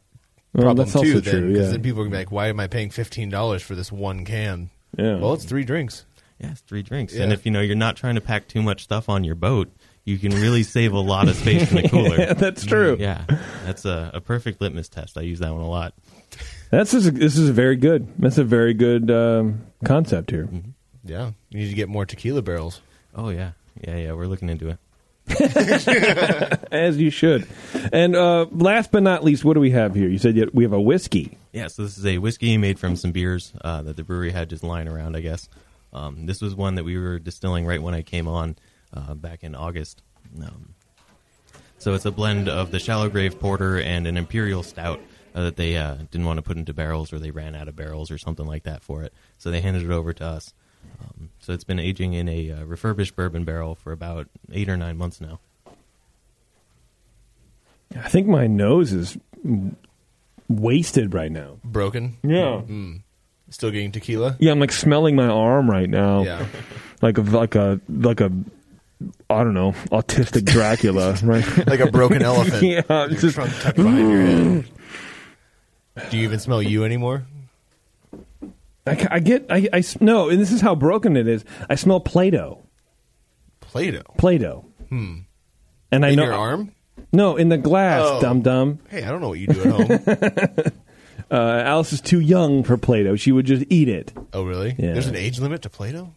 S1: Well,
S2: problem
S1: that's also
S2: too. Then,
S1: true, yeah.
S2: Because then people are gonna be like, "Why am I paying fifteen dollars for this one can?"
S1: Yeah.
S2: Well, it's three drinks.
S3: Yeah, it's three drinks, and
S2: Yeah.
S3: if you know you're not trying to pack too much stuff on your boat, you can really save a lot of space
S1: <laughs>
S3: in the cooler.
S1: Yeah, that's true.
S3: Yeah, that's a, a perfect litmus test. I use that one a lot.
S1: That's just, this is very good. That's a very good um, concept here.
S2: Yeah, you need to get more tequila barrels.
S3: Oh yeah, yeah, yeah. We're looking into it.
S1: as you should. And uh, last but not least, what do we have here? You said you- we have a whiskey.
S3: Yeah, so this is a whiskey made from some beers uh, that the brewery had just lying around, I guess. Um, this was one that we were distilling right when I came on uh, back in August. Um, so it's a blend of the Shallow Grave Porter and an Imperial Stout uh, that they uh, didn't want to put into barrels or they ran out of barrels or something like that for it. So they handed it over to us. Um, so it's been aging in a uh, refurbished bourbon barrel for about eight or nine months now.
S1: I think my nose is w- wasted right now.
S2: Broken.
S1: Yeah.
S2: Still getting tequila.
S1: Yeah, I'm like smelling my arm right now.
S2: Yeah.
S1: Like a like a like a I don't know, autistic
S2: <laughs>
S1: Dracula, right?
S2: like a
S1: <laughs>
S2: broken elephant.
S1: Yeah,
S2: Your
S1: it's just-
S2: trunk tucked behind your
S1: <laughs>
S2: head. Do you even smell you anymore?
S1: I, ca- I get I, I s- no, and this is how broken it is. I smell Play-Doh.
S2: Play-Doh
S1: Play-Doh. Hmm. And I
S2: in
S1: know
S2: your arm.
S1: No, in the glass,
S2: Oh.
S1: dum dum.
S2: Hey, I don't know what
S1: <laughs>
S2: you do at home.
S1: Uh, Alice is too young for Play-Doh. She would just eat it.
S2: oh, really?
S1: Yeah.
S2: There's an age limit to Play-Doh.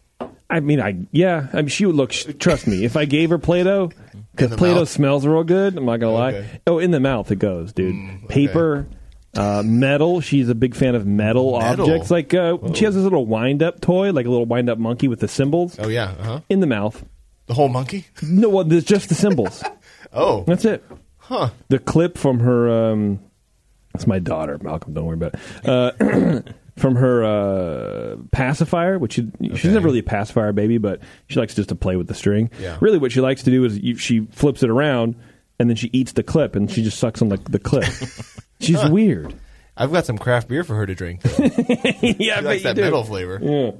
S1: I mean, I yeah. I mean, she would look. sh- Trust me, if I gave her Play-Doh,
S2: In
S1: because
S2: the
S1: Play-Doh
S2: mouth?
S1: smells real good. I'm not gonna lie.
S2: Okay. Mm,
S1: Oh, in the mouth it goes, dude. Paper, uh, metal. She's a big fan of metal,
S2: Metal?
S1: objects. Like uh, she has this little wind-up toy, like a little wind-up monkey with the symbols
S2: Oh yeah. Uh huh.
S1: in the mouth.
S2: The whole monkey. <laughs>
S1: No, well, there's just the symbols. <laughs>
S2: Oh.
S1: That's it.
S2: Huh.
S1: The clip from her. Um, it's my daughter, Malcolm. Don't worry about it. Uh, <clears throat> from her uh, pacifier, which she, she's
S2: Okay.
S1: never really a pacifier baby, but she likes just to play with the string.
S2: Yeah.
S1: Really, what she likes to do is you, she flips it around and then she eats the clip and she just sucks on the, the clip.
S2: <laughs>
S1: she's weird.
S2: I've got some craft beer for her to drink.
S1: <laughs>
S2: though. She
S1: yeah,
S2: likes that metal flavor.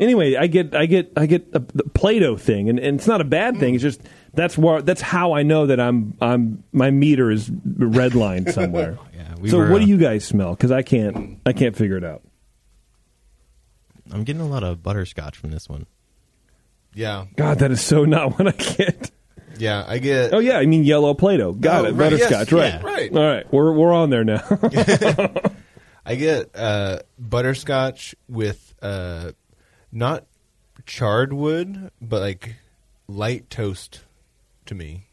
S1: Anyway, I get I get I get a, the Play-Doh thing, and, and it's not a bad thing. It's just that's where that's how I know that I'm I'm my meter is redlined somewhere.
S2: <laughs>
S3: Yeah, we
S1: so
S3: were,
S1: what
S3: uh,
S1: do you guys smell? Because I can't I can't figure it out.
S3: I'm getting a lot of butterscotch from this one.
S2: Yeah.
S1: God, that is so <laughs> not what I get.
S2: Yeah. I get.
S1: Oh yeah, I mean yellow Play-Doh. Got
S2: Oh,
S1: it.
S2: right, yes,
S1: Butterscotch.
S2: yeah,
S1: right.
S2: right.
S1: All right. We're we're on there now. <laughs>
S2: I get uh, butterscotch with uh, not charred wood, but like light toast to me.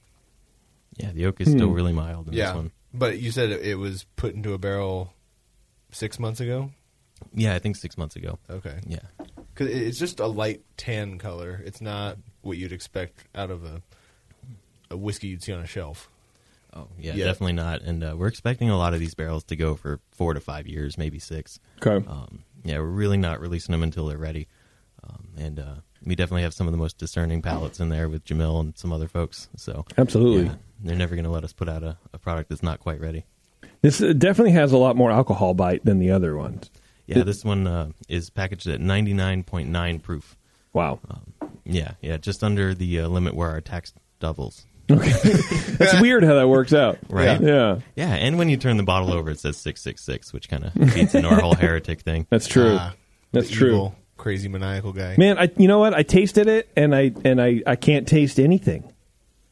S3: Yeah, the oak is still really mild in
S2: Yeah,
S3: this one.
S2: but you said it, it was put into a barrel six months ago.
S3: Yeah, I think six months ago.
S2: Okay,
S3: Yeah.
S2: because it's just a light tan color. It's not what you'd expect out of a a whiskey you'd see on a shelf.
S3: Oh yeah,
S2: Yeah.
S3: definitely not. And uh, we're expecting a lot of these barrels to go for four to five years, maybe six.
S1: okay.
S2: Oh.
S3: Um, yeah, we're really not releasing them until they're ready. Um, and uh, we definitely have some of the most discerning palettes in there with Jamil and some other folks. So
S1: Absolutely.
S3: yeah, they're never going to let us put out a, a product that's not quite ready.
S1: This uh, definitely has a lot more alcohol bite than the other ones.
S3: Yeah, this one uh, is packaged at ninety nine point nine proof.
S1: Wow.
S2: Oh.
S3: Yeah, yeah, just under the uh, limit where our tax doubles.
S2: <laughs>
S1: That's weird how that works out.
S3: Right.
S1: Yeah.
S3: Yeah, and when you turn
S1: <laughs>
S3: the bottle over, it says six six six, which kind of beats into our whole heretic thing.
S1: That's true.
S2: Ah,
S1: That's
S2: the
S1: true.
S2: evil. crazy maniacal guy.
S1: Man, I you know what? I tasted it and I and I, I can't taste anything.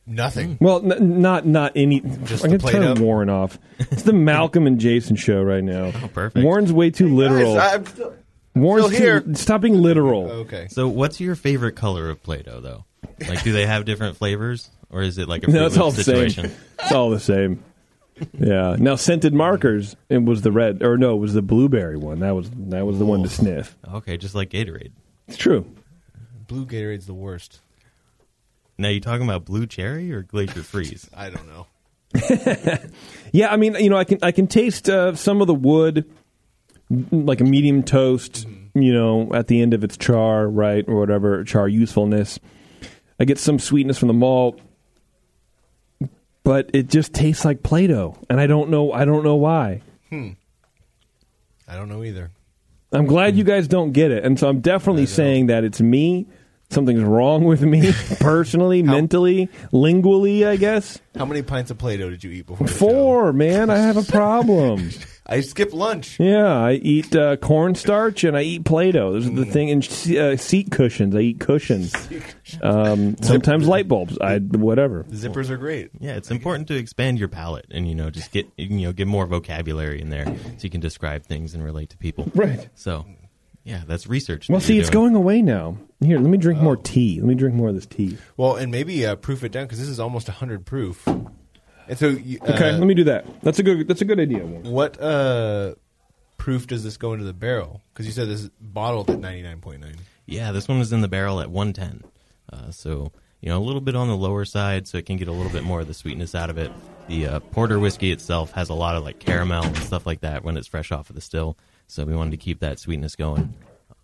S2: Nothing.
S1: Well, n- not not any.
S2: Just
S1: I'm
S2: the
S1: gonna turn
S2: Play-Doh.
S1: Warren off. It's the Malcolm and Jason show right now.
S2: Oh,
S3: perfect.
S1: Warren's way too literal.
S2: Guys, I'm still-
S1: Warren's
S2: still
S1: too-
S2: here.
S1: stop being literal.
S2: okay.
S3: So, what's your favorite color of Play-Doh, though? Like, do they have different flavors, or is it like a
S1: <laughs> No,
S3: Froot
S1: it's all
S3: Loops
S1: the
S3: situation?
S1: same. It's all the same. Yeah. Now scented markers. It was the red, or no, it was the blueberry one. That was that was the one to sniff.
S3: Okay, just like Gatorade.
S1: It's true.
S2: Blue Gatorade's the worst.
S3: Now, you talking about blue cherry or glacier freeze?
S2: I don't know.
S1: Yeah, I mean, you know, I can I can taste uh, some of the wood, m- like a medium toast. You know, at the end of its char, right, or whatever char usefulness. I get some sweetness from the malt, but it just tastes like Play-Doh, and I don't know. I don't know why.
S2: I don't know either.
S1: I'm glad you guys don't get it, and so I'm definitely saying that it's me. Something's wrong with me personally, mentally, lingually, I guess.
S2: How many pints of Play-Doh did you eat before? the show?
S1: Four, man, I have a problem.
S2: I skipped lunch.
S1: Yeah, I eat uh, cornstarch and I eat Play-Doh. Those are the thing. And se- uh, seat cushions. I eat cushions. Um, sometimes light bulbs. I whatever.
S2: The zippers are great.
S3: Yeah, it's important to expand your palate and you know just get you know get more vocabulary in there so you can describe things and relate to people.
S1: Right.
S3: So, yeah, that's research.
S1: Well,
S3: that
S1: see,
S3: you're
S1: it's
S3: doing.
S1: going away now. Here, let me drink more tea. Let me drink more of this tea.
S2: Well, and maybe uh, proof it down because this is almost hundred proof. And so, you- uh,
S1: Okay, let me do that. That's a good. That's a good idea. Warren.
S2: What uh, proof does this go into the barrel? Because you said this is bottled at ninety nine point nine.
S3: Yeah, this one was in the barrel at 110. Uh, so, you know, a little bit on the lower side, so it can get a little bit more of the sweetness out of it. The uh, porter whiskey itself has a lot of like caramel and stuff like that when it's fresh off of the still. So we wanted to keep that sweetness going.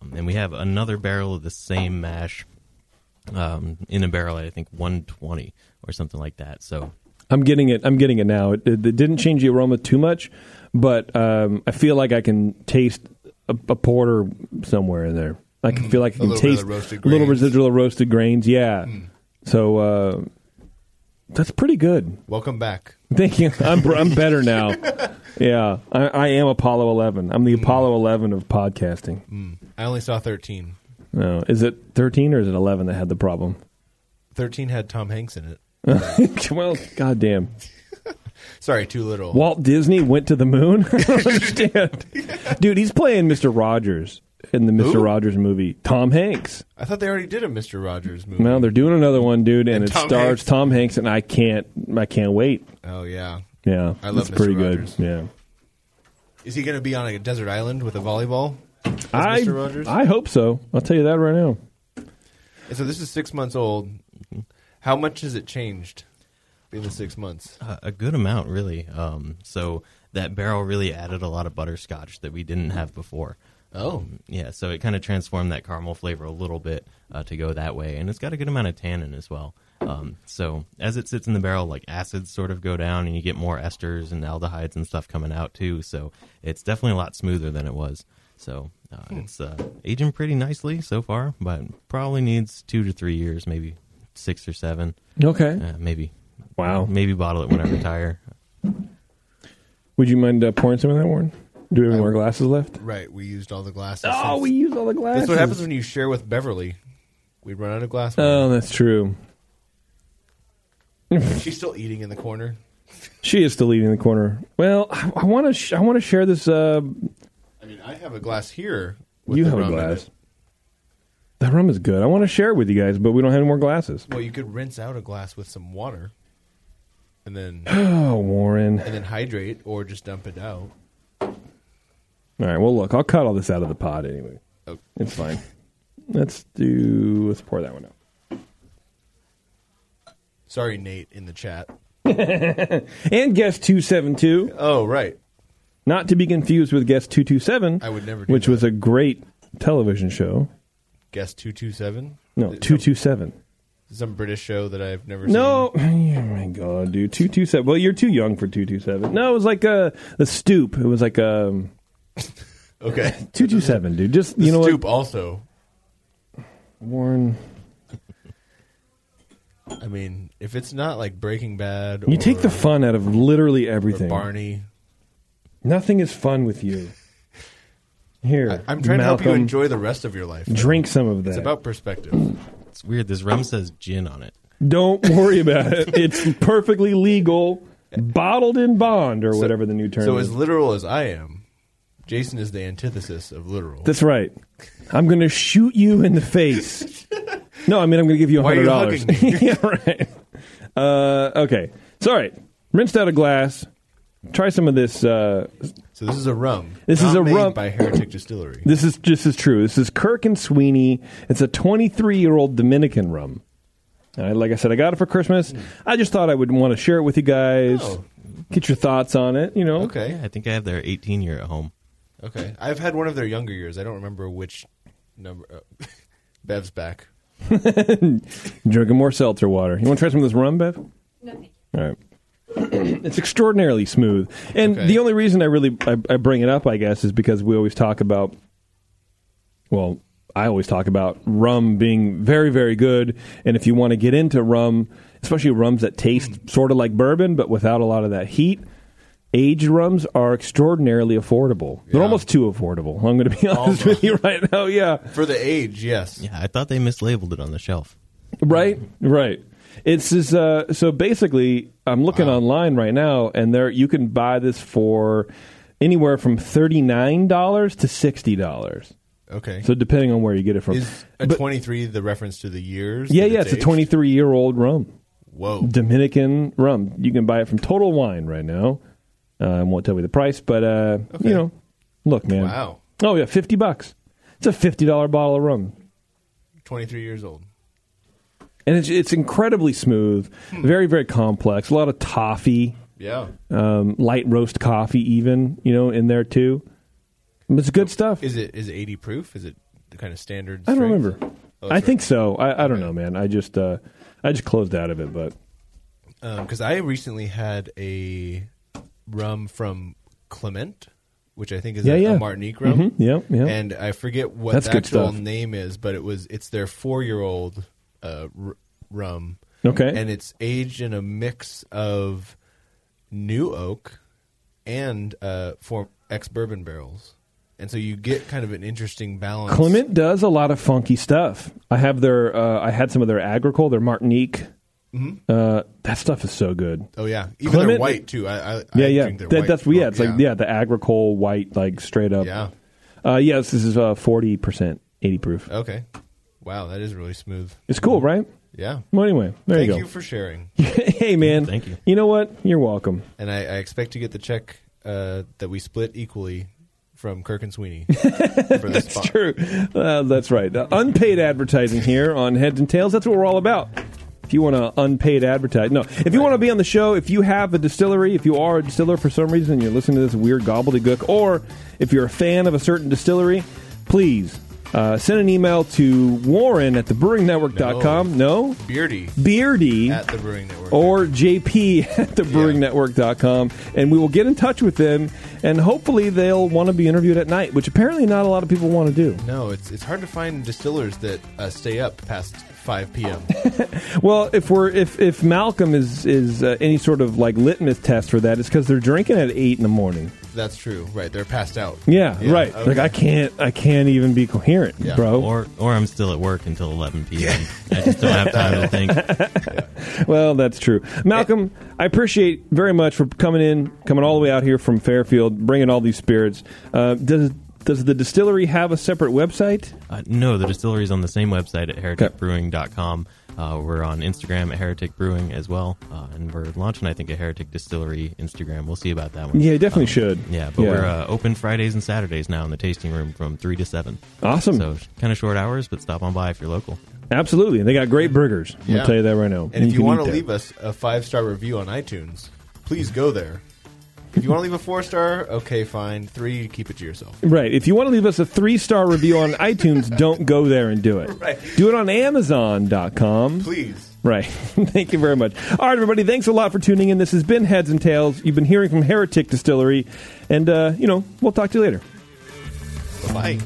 S3: Um, and we have another barrel of the same mash um, in a barrel at I think 120 or something like that. So
S1: I'm getting it. I'm getting it now. It, it, it didn't change the aroma too much, but um, I feel like I can taste a, a porter somewhere in there. I can feel like I can
S2: Mm-hmm. little bit of
S1: taste
S2: the roasted
S1: little
S2: grains. Mm.
S1: residual of roasted grains. Yeah. So uh, that's pretty good.
S2: Welcome back.
S1: Thank you. I'm I'm better
S2: <laughs>
S1: now. Yeah, I, I am Apollo 11. I'm the
S2: Mm.
S1: Apollo 11 of podcasting.
S2: I only saw thirteen.
S1: No, is it 13 or is it 11 that had the problem? <laughs>
S2: Thirteen had Tom Hanks in it.
S1: well, goddamn.
S2: Sorry, too little.
S1: Walt Disney went to the
S2: <laughs>
S1: moon? <laughs> I don't understand. Dude, he's playing Mr. Rogers in the Mr.
S2: Who?
S1: Rogers movie. Tom Hanks.
S2: I thought they already did a Mister Rogers movie.
S1: Now they're doing another one, dude, and,
S2: And
S1: it
S2: Tom
S1: stars
S2: Hanks.
S1: Tom Hanks and I can't I can't wait.
S2: Oh yeah.
S1: Yeah.
S2: I love
S1: It's pretty
S2: Mr. Rogers.
S1: good. Yeah.
S2: Is he going to be on a desert island with a volleyball? As
S1: I
S2: Mr. Rogers.
S1: I hope so. I'll tell you that right now.
S2: And so this is six months old.
S1: Mm-hmm.
S2: How much has it changed in the six months?
S3: a a good amount, really. Um, so that barrel really added a lot of butterscotch that we didn't have before.
S2: Oh.
S3: Um, yeah. So it kind of transformed that caramel flavor a little bit uh, to go that way, and it's got a good amount of tannin as well. Um, so as it sits in the barrel, like acids sort of go down, and you get more esters and aldehydes and stuff coming out too. So it's definitely a lot smoother than it was. So uh, it's uh, aging pretty nicely so far, but probably needs two to three years, maybe six or seven,
S1: Okay.
S3: uh, maybe
S1: Wow.
S3: maybe bottle
S1: <coughs>
S3: it when I retire.
S1: Would you mind uh, pouring some of that, Warren? Do we have any more glasses left?
S2: Right, we used all the glasses.
S1: Oh,
S2: since-
S1: we used all the glasses.
S2: That's what happens when you share with Beverly. We run out of glass.
S1: Oh, that's true.
S2: She's still eating in the corner.
S1: She is still eating in the corner. Well, I, I want to. Sh- I want to share this. Uh,
S2: I mean, I have a glass here. with
S1: you
S2: the
S1: have a
S2: rum in
S1: glass.
S2: it.
S1: That rum is good. I want to share it with you guys, but we don't have any more glasses.
S2: Well, you could rinse out a glass with some water,
S1: <gasps>
S2: and then
S1: Oh, Warren.
S2: and then hydrate or just dump it out.
S1: All right. Well, look, I'll cut all this out of the pod anyway.
S2: Oh,
S1: It's fine. Let's do. Let's pour that one out.
S2: sorry, Nate in the chat.
S1: And guest two seven two,
S2: Oh, right.
S1: not to be confused with guest two two seven.
S2: I would never do
S1: which
S2: that.
S1: was a great television show.
S2: Guess two two seven.
S1: No, two two seven.
S2: Some British show that I've never
S1: No, oh my god, dude, two two seven. Well, you're too young for two two seven. No, it was like a the stoop. It was like a
S2: seen. Okay.
S1: two two seven, dude. Just
S2: The
S1: you know
S2: stoop also.
S1: what, Warren,
S2: I mean, if it's not like Breaking Bad,
S1: you
S2: or,
S1: take the fun out of literally
S2: or
S1: everything.
S2: Barney. <laughs>
S1: Nothing is fun with you. Here,
S2: I, am trying to help you
S1: Malcolm,
S2: enjoy the rest of your life.
S1: Drink some of that.
S2: It's about perspective.
S3: It's weird. This
S1: Oh.
S3: rum says gin on it.
S1: Don't worry about
S2: <laughs>
S1: it. It's perfectly legal, bottled in bond or whatever the new term
S2: So
S1: is.
S2: as literal as I am, Jason is the antithesis of literal.
S1: That's right. I'm going to shoot you in the
S2: <laughs>
S1: face. No, I mean I'm going to give you
S2: Why are
S1: hundred
S2: you
S1: dollars.
S2: hugging
S1: <laughs> yeah, right. Uh, okay, it's all right. Rinsed out a glass. Try some of this. Uh,
S2: so this is a rum.
S1: This is
S2: not
S1: a
S2: made
S1: rum-
S2: by Heretic Distillery.
S1: this is just as true. This is Kirk and Sweeney. It's a 23 year old Dominican rum. Uh, like I said, I got it for Christmas. I just thought I would want to share it with you guys.
S2: Oh.
S1: Get your thoughts on it. You know,
S2: <laughs> Okay,
S3: Yeah, I think I have their 18 year at home.
S2: okay. I've had one of their younger years. I don't remember which number. Uh, <laughs> Bev's back.
S1: drinking more seltzer water. You want to try some of this rum, Bev? All right. <clears throat> it's extraordinarily smooth. And
S2: Okay.
S1: the only reason I really I, I bring it up, I guess, is because we always talk about well, I always talk about rum being very, very good. And if you want to get into rum, especially rums that taste sort of like bourbon, but without a lot of that heat, aged rums are extraordinarily affordable. They're
S2: Yeah.
S1: almost too affordable. I'm going to be <laughs> honest with you right now. Yeah.
S2: For the age, yes.
S3: Yeah, I thought they mislabeled it on the shelf.
S1: Right, right. It's this, uh, so basically, I'm looking online right now, and there you can buy this for anywhere from thirty nine dollars to sixty dollars.
S2: Okay.
S1: So depending on where you get it from,
S2: is a 23 the reference to the years?
S1: yeah,
S2: that
S1: yeah, it's a
S2: aged?
S1: 23 year old rum,
S2: Whoa.
S1: Dominican rum. You can buy it from Total Wine right now. Uh, I won't tell you the price, but uh, you know, look, man.
S2: Wow.
S1: Oh yeah, fifty bucks. It's a fifty dollar bottle of rum.
S2: 23 years old.
S1: and it's it's incredibly smooth,
S2: Hmm.
S1: very very complex. A lot of toffee,
S2: Yeah.
S1: um, light roast coffee, even you know in there too. It's good stuff.
S2: Oh, Is it is it 80 proof? Is it the kind of standard?
S1: I don't
S2: strength?
S1: remember.
S2: Oh,
S1: I
S2: that's
S1: think so. I, I don't
S2: Okay.
S1: know, man. I just uh, I just closed out of it, but
S2: because Um, I recently had a rum from Clement, which I think is
S1: Yeah,
S2: a, a
S1: yeah.
S2: Martinique rum.
S1: Mhm. Yep, yep.
S2: And I forget what
S1: That's
S2: the
S1: good
S2: actual
S1: stuff.
S2: name is, but it was it's their four year old uh, r- rum.
S1: Okay.
S2: and it's aged in a mix of new oak and uh, for ex bourbon barrels, and so you get kind of an interesting balance.
S1: Clement does a lot of funky stuff. I have their uh, I had some of their agricole, their Martinique.
S2: Mm-hmm.
S1: Uh, that stuff is so good.
S2: Oh yeah, even their
S1: Clement-
S2: white too. I, I
S1: Yeah,
S2: I
S1: yeah.
S2: Drink their
S1: That-
S2: white
S1: that's yeah. It's
S2: rum.
S1: like yeah, the agricole white, like straight up.
S2: Yeah.
S1: Uh, yes, this is forty percent, eighty proof.
S2: Okay. Wow, that is really smooth.
S1: It's cool, right?
S2: Yeah.
S1: Well, anyway, there
S2: mm-hmm. Thank
S1: you go.
S2: you for sharing.
S1: <laughs> hey, man.
S3: Thank you.
S1: You know what? You're welcome.
S2: And I, I expect to get the check uh, that we split equally from Kirk
S1: <laughs>
S2: and Sweeney. that's
S1: True. <laughs> Uh, that's right. Uh, unpaid advertising here on Heads and Tails. That's what we're all about. If you want to unpaid advertise, no. If you want to be on the show, if you have a distillery, if you are a distiller for some reason, and you're listening to this weird gobbledygook, or if you're a fan of a certain distillery, please uh, send an email to Warren at thebrewingnetwork.com. No,
S2: Beardy
S1: Beardy
S2: at the Brewing Network.
S1: or jp <laughs> at thebrewingnetwork.com and we will get in touch with them and hopefully they'll want to be interviewed at night which apparently not a lot of people want to do
S2: no, it's it's hard to find distillers that uh, stay up past
S1: <laughs>
S2: five p.m.
S1: well if we're if if malcolm is is uh, any sort of like litmus test for that it's because they're drinking at eight in the morning
S2: that's true. Right, they're passed out.
S1: yeah, right
S2: okay.
S1: like i can't i can't even be coherent
S2: Yeah.
S1: bro
S3: Or, or I'm still at work until 11 p.m. I just don't
S1: <laughs>
S3: have time to think.
S1: Well, that's true. Malcolm, I appreciate very much for coming in, coming all the way out here from Fairfield, bringing all these spirits. Uh, does does the distillery have a separate website?
S3: Uh, no, the distillery is on the same website at
S1: Okay.
S3: hereticbrewing.com. Uh, we're on Instagram at Heretic Brewing as well. Uh, and we're launching, I think, a Heretic Distillery Instagram. We'll see about that one.
S1: Yeah, you definitely should.
S3: Yeah, but we're uh, open Fridays and Saturdays now in the tasting room from 3 to 7.
S1: Awesome.
S3: So kind of short hours, but stop on by if you're local.
S1: Absolutely. And they got great burgers. I'm going
S2: Yeah.
S1: to tell you that right now.
S2: And if you
S1: can
S2: want
S1: eat
S2: to
S1: there.
S2: leave us a five star review on iTunes, please go there. If you want to leave a four star, okay, fine. Three, keep it to yourself.
S1: Right. If you want to leave us a three star review on iTunes, don't go there and do it.
S2: Right.
S1: Do it on Amazon.com.
S2: Please.
S1: Right. <laughs> Thank you very much. All right, everybody. Thanks a lot for tuning in. This has been Heads and Tails. You've been hearing from Heretic Distillery. And, uh, you know, we'll talk to you later.
S2: Bye.